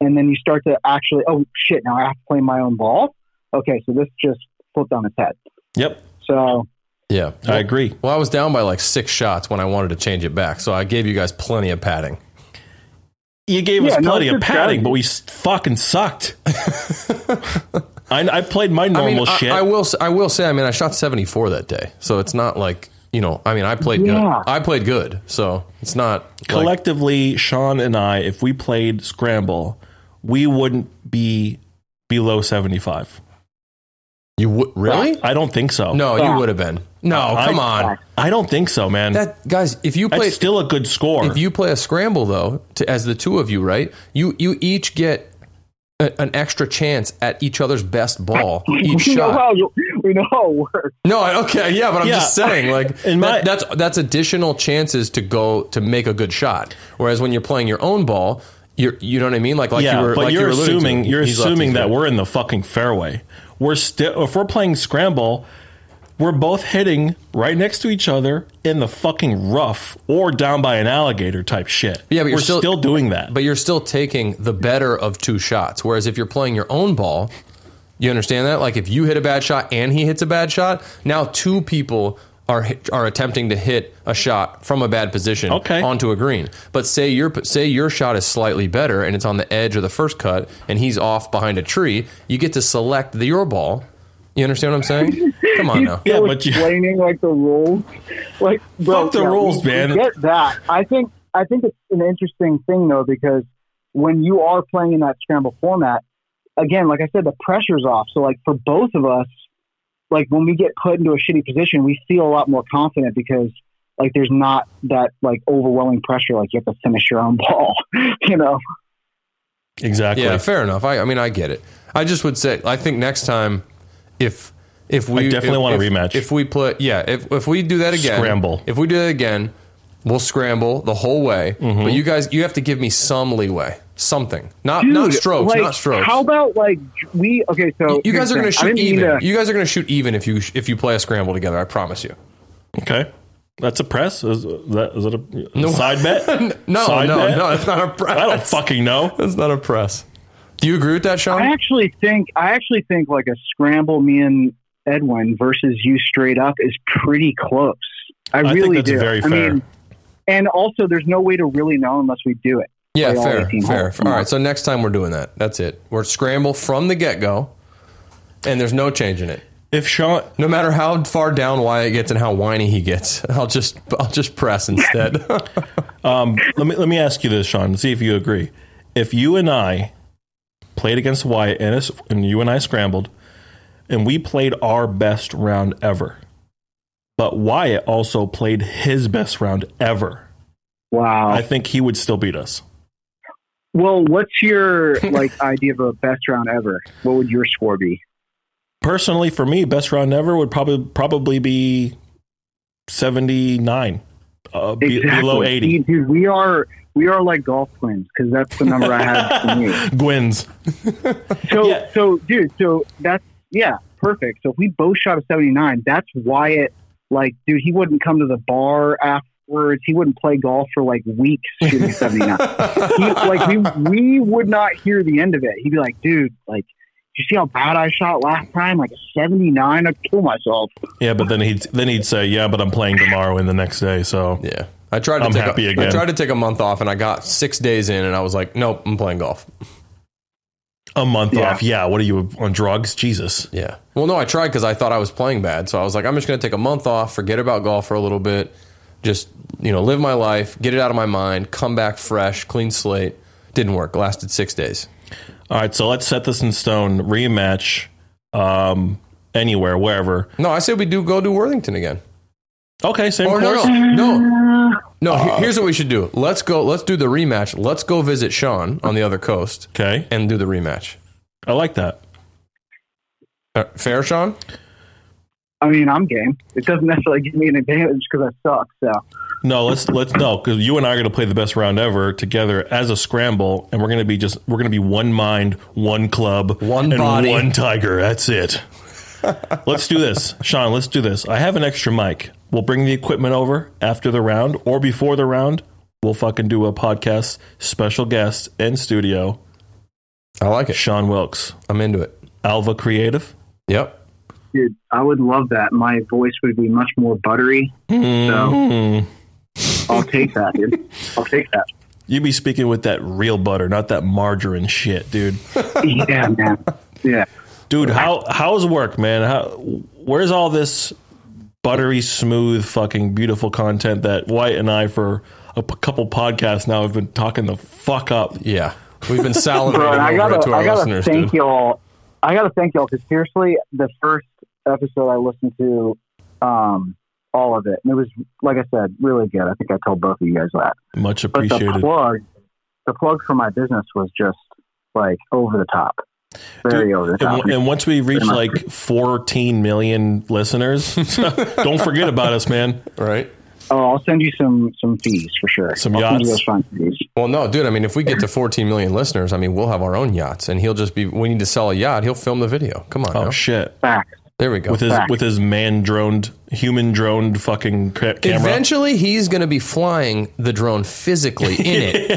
and then you start to actually, oh shit, now I have to play my own ball. Okay, so this just flipped on its head. Yep, So Yeah. I agree. Well, I was down by like six shots when I wanted to change it back, so I gave you guys plenty of padding. You gave Yeah, us no, plenty it's of good padding, strategy. but we s- fucking sucked. I, I played my I normal mean, I, shit. I will. s- I will say. I mean, I shot seventy four that day, so it's not like you know. I mean, I played Yeah. good. I played good, so it's not like, Collectively, Sean and I, if we played Scramble, we wouldn't be below 75. you would really. I don't think so. No, you Yeah. would have been. No, come on. I don't think so, man. That guys, if you That's play still a good score. if you play a scramble though, to, as the two of you, right? You you each get a, an extra chance at each other's best ball each we know shot. how we know how it works. No, I- okay, yeah, but I'm Yeah. just saying, like In my- that- that's that's additional chances to go to make a good shot. Whereas when you're playing your own ball, you're you know what I mean? Like like yeah, you were, but like you you're were alluding to, assuming you're he's lefty, assuming he's that right. we're in the fucking fairway. We're still if we're playing Scramble, we're both hitting right next to each other in the fucking rough or down by an alligator type shit. Yeah, but we're you're still- doing that. but you're still taking the better of two shots. Whereas if you're playing your own ball, you understand that? Like if you hit a bad shot and he hits a bad shot, now two people are hit, are attempting to hit a shot from a bad position Okay. onto a green. But say your say your shot is slightly better and it's on the edge of the first cut and he's off behind a tree, you get to select the, your ball. You understand what I'm saying? Come on now. Yeah, Still but you- explaining like the rules, like bro, Fuck the yeah, rules, we- we man. Get that? I think I think it's an interesting thing though because when you are playing in that scramble format, again, like I said, the pressure's off. So like for both of us, like when we get put into a shitty position, we feel a lot more confident because like there's not that like overwhelming pressure. Like you have to finish your own ball, you know. exactly. Yeah, fair enough. I, I mean, I get it. I just would say, I think next time, if if we I definitely if- want a if- rematch. If we play, yeah, if if we do that again, Scramble. If we do that again, we'll scramble the whole way. Mm-hmm. But you guys, you have to give me some leeway, something, not not Dude, strokes, like, not strokes. How about like we? Okay, so you guys are going to shoot here's the thing. I didn't mean even. to- You guys are going to shoot even if you if you play a scramble together. I promise you. Okay. That's a press. Is that is it a side bet? No, Side no, bet? no. It's not a press. I don't fucking know. That's not a press. Do you agree with that, Sean? I actually think I actually think like a scramble me and Edwin versus you straight up is pretty close. I, think really that's do. very I fair. mean, and also there's no way to really know unless we do it. Yeah, play all fair, 18 fair. holes. All right, so next time we're doing that. That's it. We're scramble from the get go, and there's no changing it. If Sean, No matter how far down Wyatt gets and how whiny he gets, I'll just I'll just press instead. let me let me ask you this, Sean, see if you agree. If you and I played against Wyatt and, us, and you and I scrambled, and we played our best round ever, but Wyatt also played his best round ever, Wow. I think he would still beat us. well, what's your like idea of a best round ever? What would your score be? Personally, for me, best round ever would probably probably be seventy nine, uh, be- below See, eighty. dude. We are we are like golf twins because that's the number I have for me. Gwyn's. So, Yeah. so, dude, so that's yeah, perfect. So if we both shot a seventy nine, that's Wyatt. Like, dude, he wouldn't come to the bar afterwards. He wouldn't play golf for like weeks shooting seventy nine. like we we would not hear the end of it. He'd be like, dude, like. "Did You see how bad I shot last time? Like a 79, I'd kill myself. Yeah, but then he'd then he'd say, "Yeah, but I'm playing tomorrow and the next day." So yeah, I tried to I'm take happy a, I again. tried to take a month off, and I got six days in, and I was like, nope, I'm playing golf. a month Yeah. off. Yeah, what are you on drugs? Jesus. Yeah. Well, no, I tried because I thought I was playing bad, so I was like, I'm just going to take a month off, forget about golf for a little bit, just you know, live my life, get it out of my mind, come back fresh, clean slate. Didn't work. Lasted six days. All right, so let's set this in stone. Rematch, um, anywhere, wherever. No, I said we do go do Worthington again. Okay, same Oh, Or no, course. no, no. No, uh, he- here's what we should do. Let's go. Let's do the rematch. Let's go visit Sean on the other coast Okay, and do the rematch. I like that. Uh, fair, Sean? I mean, I'm game. It doesn't necessarily give me an advantage because I suck. So, No, let's let's no, because you and I are going to play the best round ever together as a scramble, and we're going to be just we're going to be one mind, one club, One and body. one tiger. That's it. let's do this, Sean. Let's do this. I have an extra mic. We'll bring the equipment over after the round or before the round. We'll fucking do a podcast, special guest in studio. I like it. Sean Wilkes, I'm into it. Alva Creative. Yep. dude, I would love that. My voice would be much more buttery. Mm-hmm. Mm. I'll take that, dude. I'll take that. You be speaking with that real butter, not that margarine shit, dude. Yeah, man. Yeah. Dude, how how's work, man? How where's all this buttery smooth fucking beautiful content that White and I for a p- couple podcasts now have been talking the fuck up. Yeah. We've been salivating Bro, and I over it gotta, to our I gotta listeners, thank dude. y'all. I gotta thank y'all because seriously, the first episode I listened to, um, all of it, and it was like I said, really good. I think I told both of you guys that. Much But the appreciated. plug, the plug for my business was just like over the top, very over the And, top. w- and once we reach like 14 million listeners, don't forget about us, man. Right? oh, I'll send you some some fees for sure. Some I'll send you yachts. those fun fees. Well, no, dude. I mean, if we get to 14 million listeners, I mean, we'll have our own yachts, and he'll just be. We need to sell a yacht. He'll film the video. Come on. Oh now. shit. Facts. there we go. With his Fact. with his man droned human droned fucking ca- camera. Eventually, he's going to be flying the drone physically in it.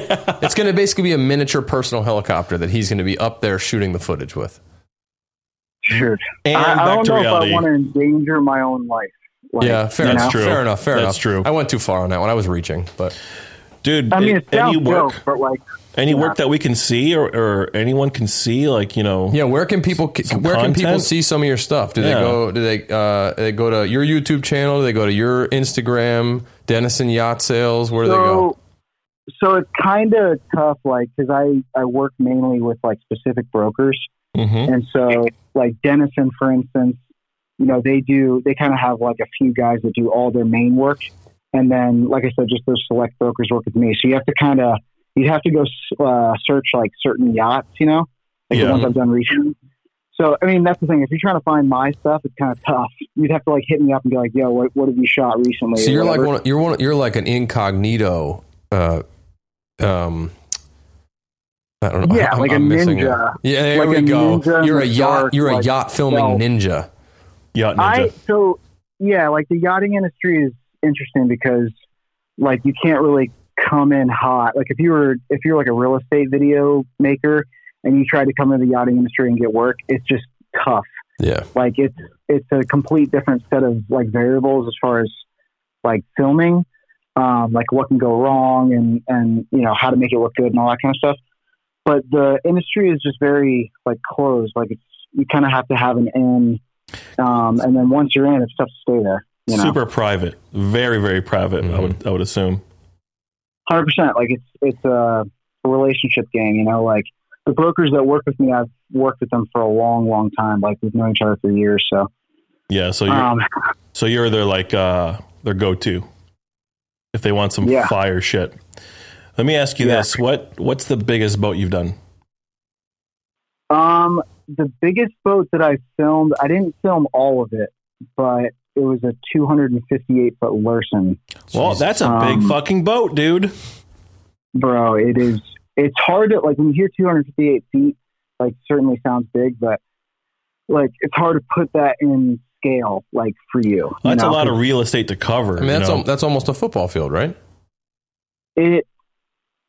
It's going to basically be a miniature personal helicopter that he's going to be up there shooting the footage with. Dude, and I, I back don't to know reality. if I want to endanger my own life. Like, yeah, fair you enough. know? true. Fair enough. Fair That's true. enough. I went too far on that one. I was reaching, but Dude, I mean, a- it sounds any work dope, but like, any work that we can see or, or anyone can see like, you know, yeah. Where can people? where can people content? see some of your stuff? Do they Yeah. go? Do they? Uh, they go to your YouTube channel? Do they go to your Instagram? Denison Yacht Sales. Where do they go? so, so it's kind of tough, like, because I, I work mainly with like specific brokers. Mhm. And so, like, Denison, for instance, you know, they do, they kind of have like a few guys that do all their main work. And then, like I said, just those select brokers work with me. So you have to kind of, you have to go uh, search like certain yachts, you know, like Yeah. the ones I've done recently. So, I mean, that's the thing. If you're trying to find my stuff, it's kind of tough. You'd have to like hit me up and be like, yo, what, what have you shot recently? So or you're like whatever. one, you're one, you're like an incognito. Uh, um, I don't know. Yeah, I'm- like a I'm missing ninja. it. Yeah, there Like we a go. ninja in You're a the yacht. dark, you're a like, yacht filming stealth. ninja. Yacht I Ninja. so yeah, like the yachting industry is interesting because like you can't really come in hot. Like if you were if you're like a real estate video maker and you try to come into the yachting industry and get work, it's just tough. Yeah, Like it's it's a complete different set of like variables as far as like filming, um, like what can go wrong and and you know how to make it look good and all that kind of stuff. But the industry is just very like closed. Like it's you kind of have to have an in Um, and then once you're in, it's tough to stay there. You know? Super private, very very private. I Mm-hmm. would I would assume. hundred percent. Like it's it's a, a relationship game, you know. Like the brokers that work with me, I've worked with them for a long, long time. Like we've known each other for years. So, Yeah. So you're um, so you're their like uh their go to if they want some Yeah. fire shit. Let me ask you Yeah. this: what what's the biggest boat you've done? um, the biggest boat that I filmed, I didn't film all of it, but it was a 258 foot Lursen, Well, Jeez. that's a big Um, fucking boat, dude. bro. It is. It's hard to like when you hear 258 feet. Like certainly sounds big, but like it's hard to put that in scale. Like for you, you That's a know? lot of real estate to cover. I mean, you that's know? al- that's almost a football field, right? it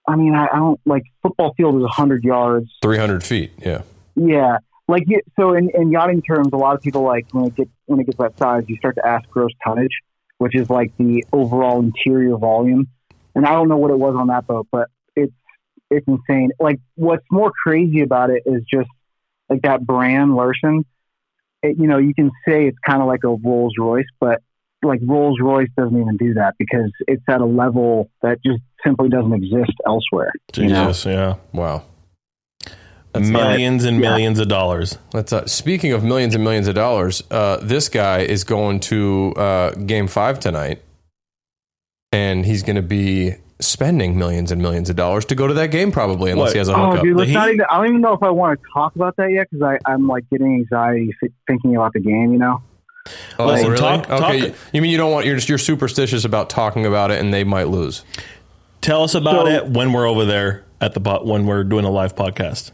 i mean i, I don't like football field is 100 yards Three hundred feet. Yeah. yeah like you, so in, in yachting terms a lot of people like when it gets when it gets that size you start to ask gross tonnage which is like the overall interior volume and i don't know what it was on that boat but it's it's insane like what's more crazy about it is just like that brand Larson. It, you know, you can say it's kind of like a Rolls Royce, but like Rolls Royce doesn't even do that because it's at a level that just simply doesn't exist elsewhere. You know? Jesus, yeah, Wow. millions and yeah. millions of dollars. That's uh, speaking of millions and millions of dollars. Uh, this guy is going to uh, Game Five tonight, and he's going to be spending millions and millions of dollars to go to that game probably, unless What? he has a Oh, hookup. dude, let's The not heat? even. I don't even know if I want to talk about that yet because I'm like getting anxiety f- thinking about the game. You know, oh, Listen, really? talk- okay. talk- You mean you don't want you're just, you're superstitious about talking about it, and they might lose. Tell us about So- it when we're over there at the bot when we're doing a live podcast.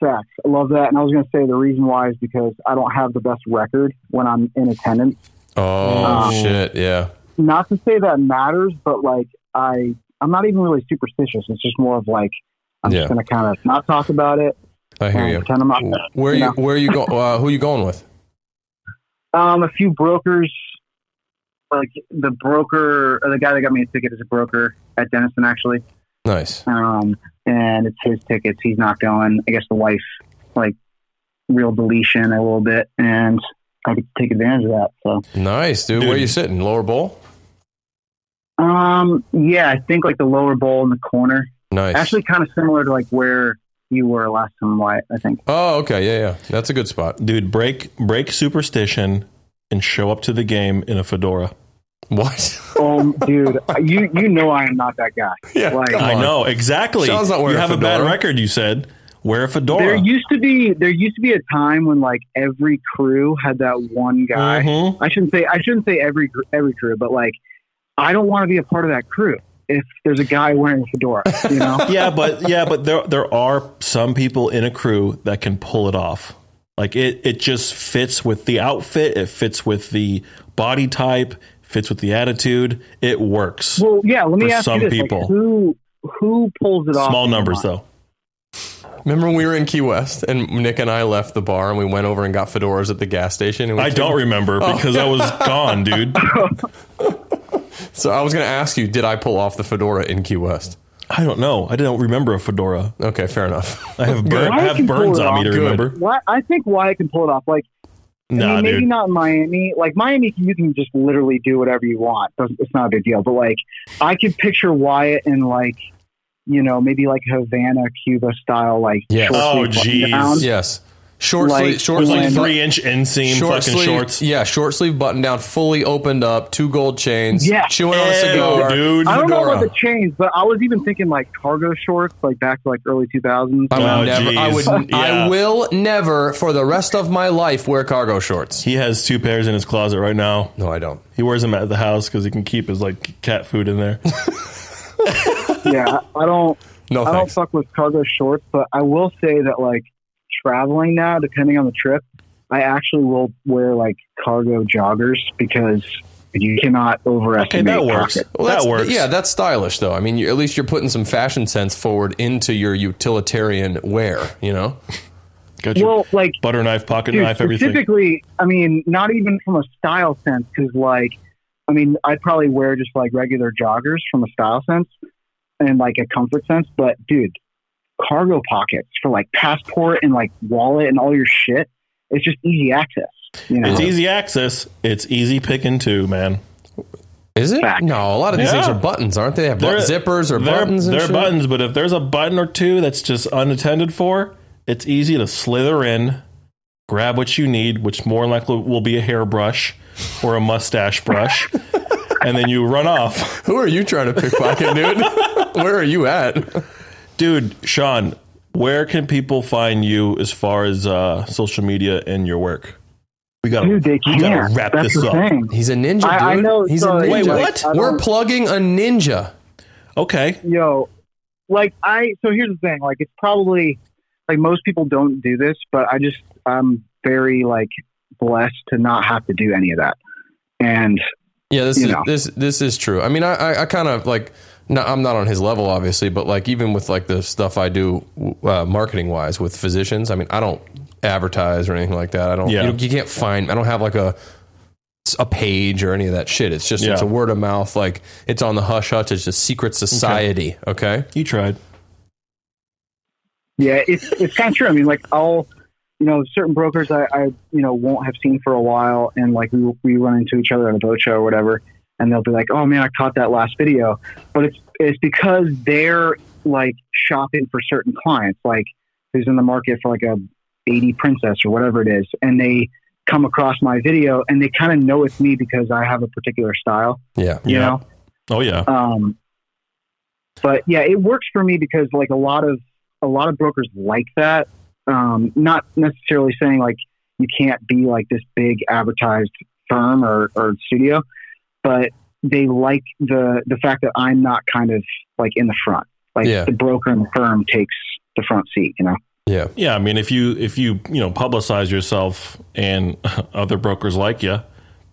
facts. I love that, and I was going to say the reason why is because I don't have the best record when I'm in attendance. Oh Um, shit! Yeah. not to say that matters, but like I, I'm not even really superstitious. It's just more of like I'm Yeah. just gonna kind of not talk about it I hear and you. pretend I'm not. Where you you know. where you go? Uh, who you going with? Um, a few brokers, like the broker or the guy that got me a ticket is a broker at Denison actually, Nice. um, and it's his tickets. He's not going. I guess the wife like real deletion a little bit, and I could take advantage of that. So. Nice, dude. Where Dude. you sitting? Lower bowl? Um. Yeah, I think like the lower bowl in the corner, Nice. actually, kind of similar to like where you were last time, Wyatt. I think. Oh, okay. Yeah, yeah. That's a good spot. Dude, break break superstition and show up to the game in a fedora. What? Oh, dude, you you know I am not that guy. yeah. Like, come I on. know exactly. Sean's not wearing you a have a, bad fedora. record. You said wear a There fedora. used to be there used to be a time when like every crew had that one guy. Mhm. I shouldn't say I shouldn't say every gr- every crew, but like I don't want to be a part of that crew if there's a guy wearing a fedora. You know, yeah, but yeah, but there there are some people in a crew that can pull it off. Like it it just fits with the outfit. It fits with the body type. Fits with the attitude. It works. well, yeah. Let me For ask some you this: like, people. who who pulls it off? Small numbers though. Remember when we were in Key West and Nick and I left the bar and we went over and got fedoras at the gas station? And we I came- don't remember Oh. because I was gone, dude. So I was going to ask you, did I pull off the fedora in Key West? I don't know. I don't remember a fedora. Okay, fair enough. I have burn, Why I have can burns pull it on me off? to Good. remember. Why, I think Wyatt can pull it off. Like, I Nah, mean, maybe dude. not in Miami. Like Miami, you can just literally do whatever you want. Doesn't- It's not a big deal. But like, I could picture Wyatt in like, you know, maybe like Havana, Cuba style, like Yes. short Oh, sleeve geez. button-down. yes. Short Like- sleeve, short It was like sleeve, bu- three inch inseam short fucking sleeve, shorts. yeah, short sleeve button down, fully opened up, two gold chains, Yeah. chewing on a Ew, cigar, dude. I don't know about the Fedora. chains, but I was even thinking like cargo shorts, like back to like early two thousands. I would Oh, never. I would. geez. I Yeah. will never, for the rest of my life, wear cargo shorts. He has two pairs in his closet right now. No, I don't. He wears them at the house because he can keep his like cat food in there. yeah, I don't, No, Oh. I don't thanks. fuck with cargo shorts, but I will say that like traveling now, depending on the trip, I actually will wear like cargo joggers because you cannot Okay, overestimate. that works. pockets. that that's- works. Yeah, that's stylish, though. I mean, you, at least you're putting some fashion sense forward into your utilitarian wear. You know, Got your Well, like butter knife, pocket Dude, knife, everything. Specifically, I mean, not even from a style sense, because like, I mean, I'd probably wear just like regular joggers from a style sense and like a comfort sense. But dude, cargo pockets for like passport and like wallet and all your shit. It's just easy access. You know, It's easy access. It's easy picking too, man. Is it? Fact. No, a lot of these things Yeah. are buttons, aren't they? They Have button They're- zippers or they're, buttons and They're shit. buttons, but if there's a button or two that's just unattended for, it's easy to slither in, grab what you need, which more than likely will be a hairbrush or a mustache brush, and then you run off. Who are you trying to pickpocket, dude? Where are you at? Dude, Sean, where can people find you as far as uh, social media and your work? We got dude, they we gotta can't. wrap That's this the up. thing. He's a ninja, dude. I- I know, He's so- a ninja. Wait, what? I We're don't- plugging a ninja. Okay. yo, like I. So here's the thing. Like it's probably like most people don't do this, but I just I'm very like blessed to not have to do any of that. And Yeah, this You is know. this this is true. I mean, I I, I kind of like. No, I'm not on his level, obviously, but like even with like the stuff I do uh, marketing wise with physicians, I mean, I don't advertise or anything like that. I don't. Yeah. You, you can't find. I don't have like a a page or any of that shit. It's just it's Yeah. a word of mouth. Like it's on the hush hush. It's a secret society. Okay. You tried. Yeah, it's it's kind of true. I mean, like I'll, you know, certain brokers I, I you know won't have seen for a while, and like we we run into each other at a boat show or whatever, and they'll be like, "Oh man, I caught that last video," but it's it's because they're like shopping for certain clients, like who's in the market for like a eighty princess or whatever it is, and they come across my video and they kind of know it's me because I have a particular style, Yeah. you Yeah. know. Oh, yeah. Um, but yeah, it works for me because like a lot of a lot of brokers like that. Um, not necessarily saying like you can't be like this big advertised firm or, or studio, but they like the the fact that I'm not kind of like in the front. Like Yeah. the broker and the firm takes the front seat, you know. Yeah. Yeah, I mean, if you if you you know publicize yourself and other brokers like you,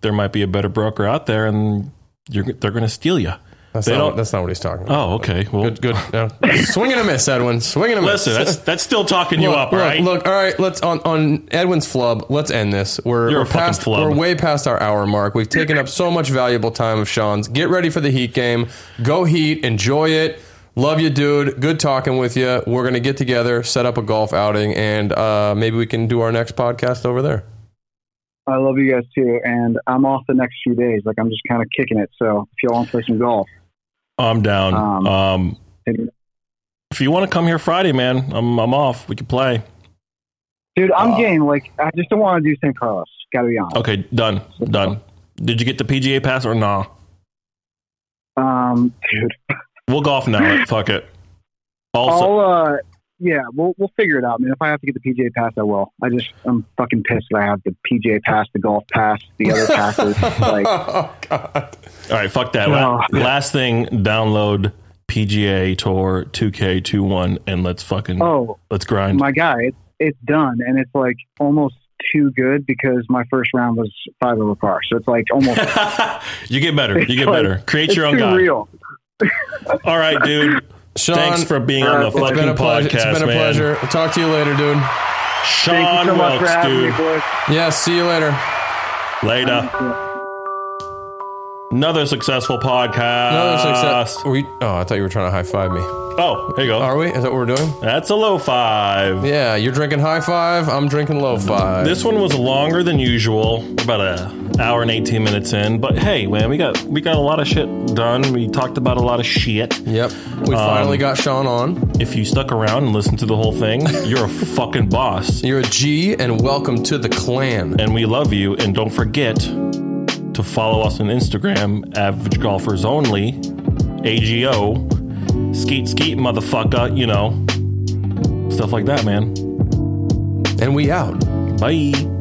there might be a better broker out there, and you're they're going to steal you. That's They not. don't- That's not what he's talking. about. Oh, okay. Well, Good. Good. No. Swing and a miss, Edwin. Swing and a miss. listen, that's that's still talking you look, up, look, right? Look, all right, let's on on Edwin's flub. Let's end this. We're You're we're a fucking past flub. we're way past our hour mark. We've taken up so much valuable time of Sean's. Get ready for the Heat game. Go Heat. Enjoy it. Love you, dude. Good talking with you. We're gonna get together, set up a golf outing, and uh, maybe we can do our next podcast over there. I love you guys too, and I'm off the next few days. Like I'm just kind of kicking it. So if y'all want to play some golf, I'm down. Um, Um, dude, if you want to come here Friday, man, I'm I'm off. We can play. I'm Wow. game. Like I just don't want to do St. Carlos. Got to be honest. Okay, done, done. Did you get the PGA pass or nah? Um, dude, We'll golf now. Fuck it. Also, I'll uh, yeah, we'll we'll figure it out, man. If I have to get the PGA pass, I will. I just I'm fucking pissed that I have the PGA pass, the golf pass, the other passes. like, oh God. all right, fuck that. No. La- Last thing, download PGA Tour 2K21 and let's fucking oh let's grind. my guy, it's it's done, and it's like almost too good because my first round was five over par, so it's like almost you get better. You get Like, better. Create it's your own too guy. real. All right, dude. Sean, Thanks for being on the it's been fucking it's been a pleasure. podcast, it's been a man. pleasure. We'll talk to you later, dude. Sean Thank you so much for Wilkes, having dude. me, boys. Yeah, see you later. Later. Another successful podcast. Another Uh, success. Were you- oh, I thought you were trying to high five me. Oh, here you go. Are we? Is that what we're doing? That's a low five. Yeah, you're drinking high five. I'm drinking low five. This one was longer than usual, about an hour and 18 minutes in. But hey, man, we got we got a lot of shit done. We talked about a lot of shit. yep, we finally got Sean on. If you stuck around and listened to the whole thing, you're a fucking boss. You're a G, and welcome to the clan. and we love you. And don't forget to follow us on Instagram, Average Golfers Only, AGO, Skeet Skeet, motherfucker, you know, stuff like that, man. And we out. Bye.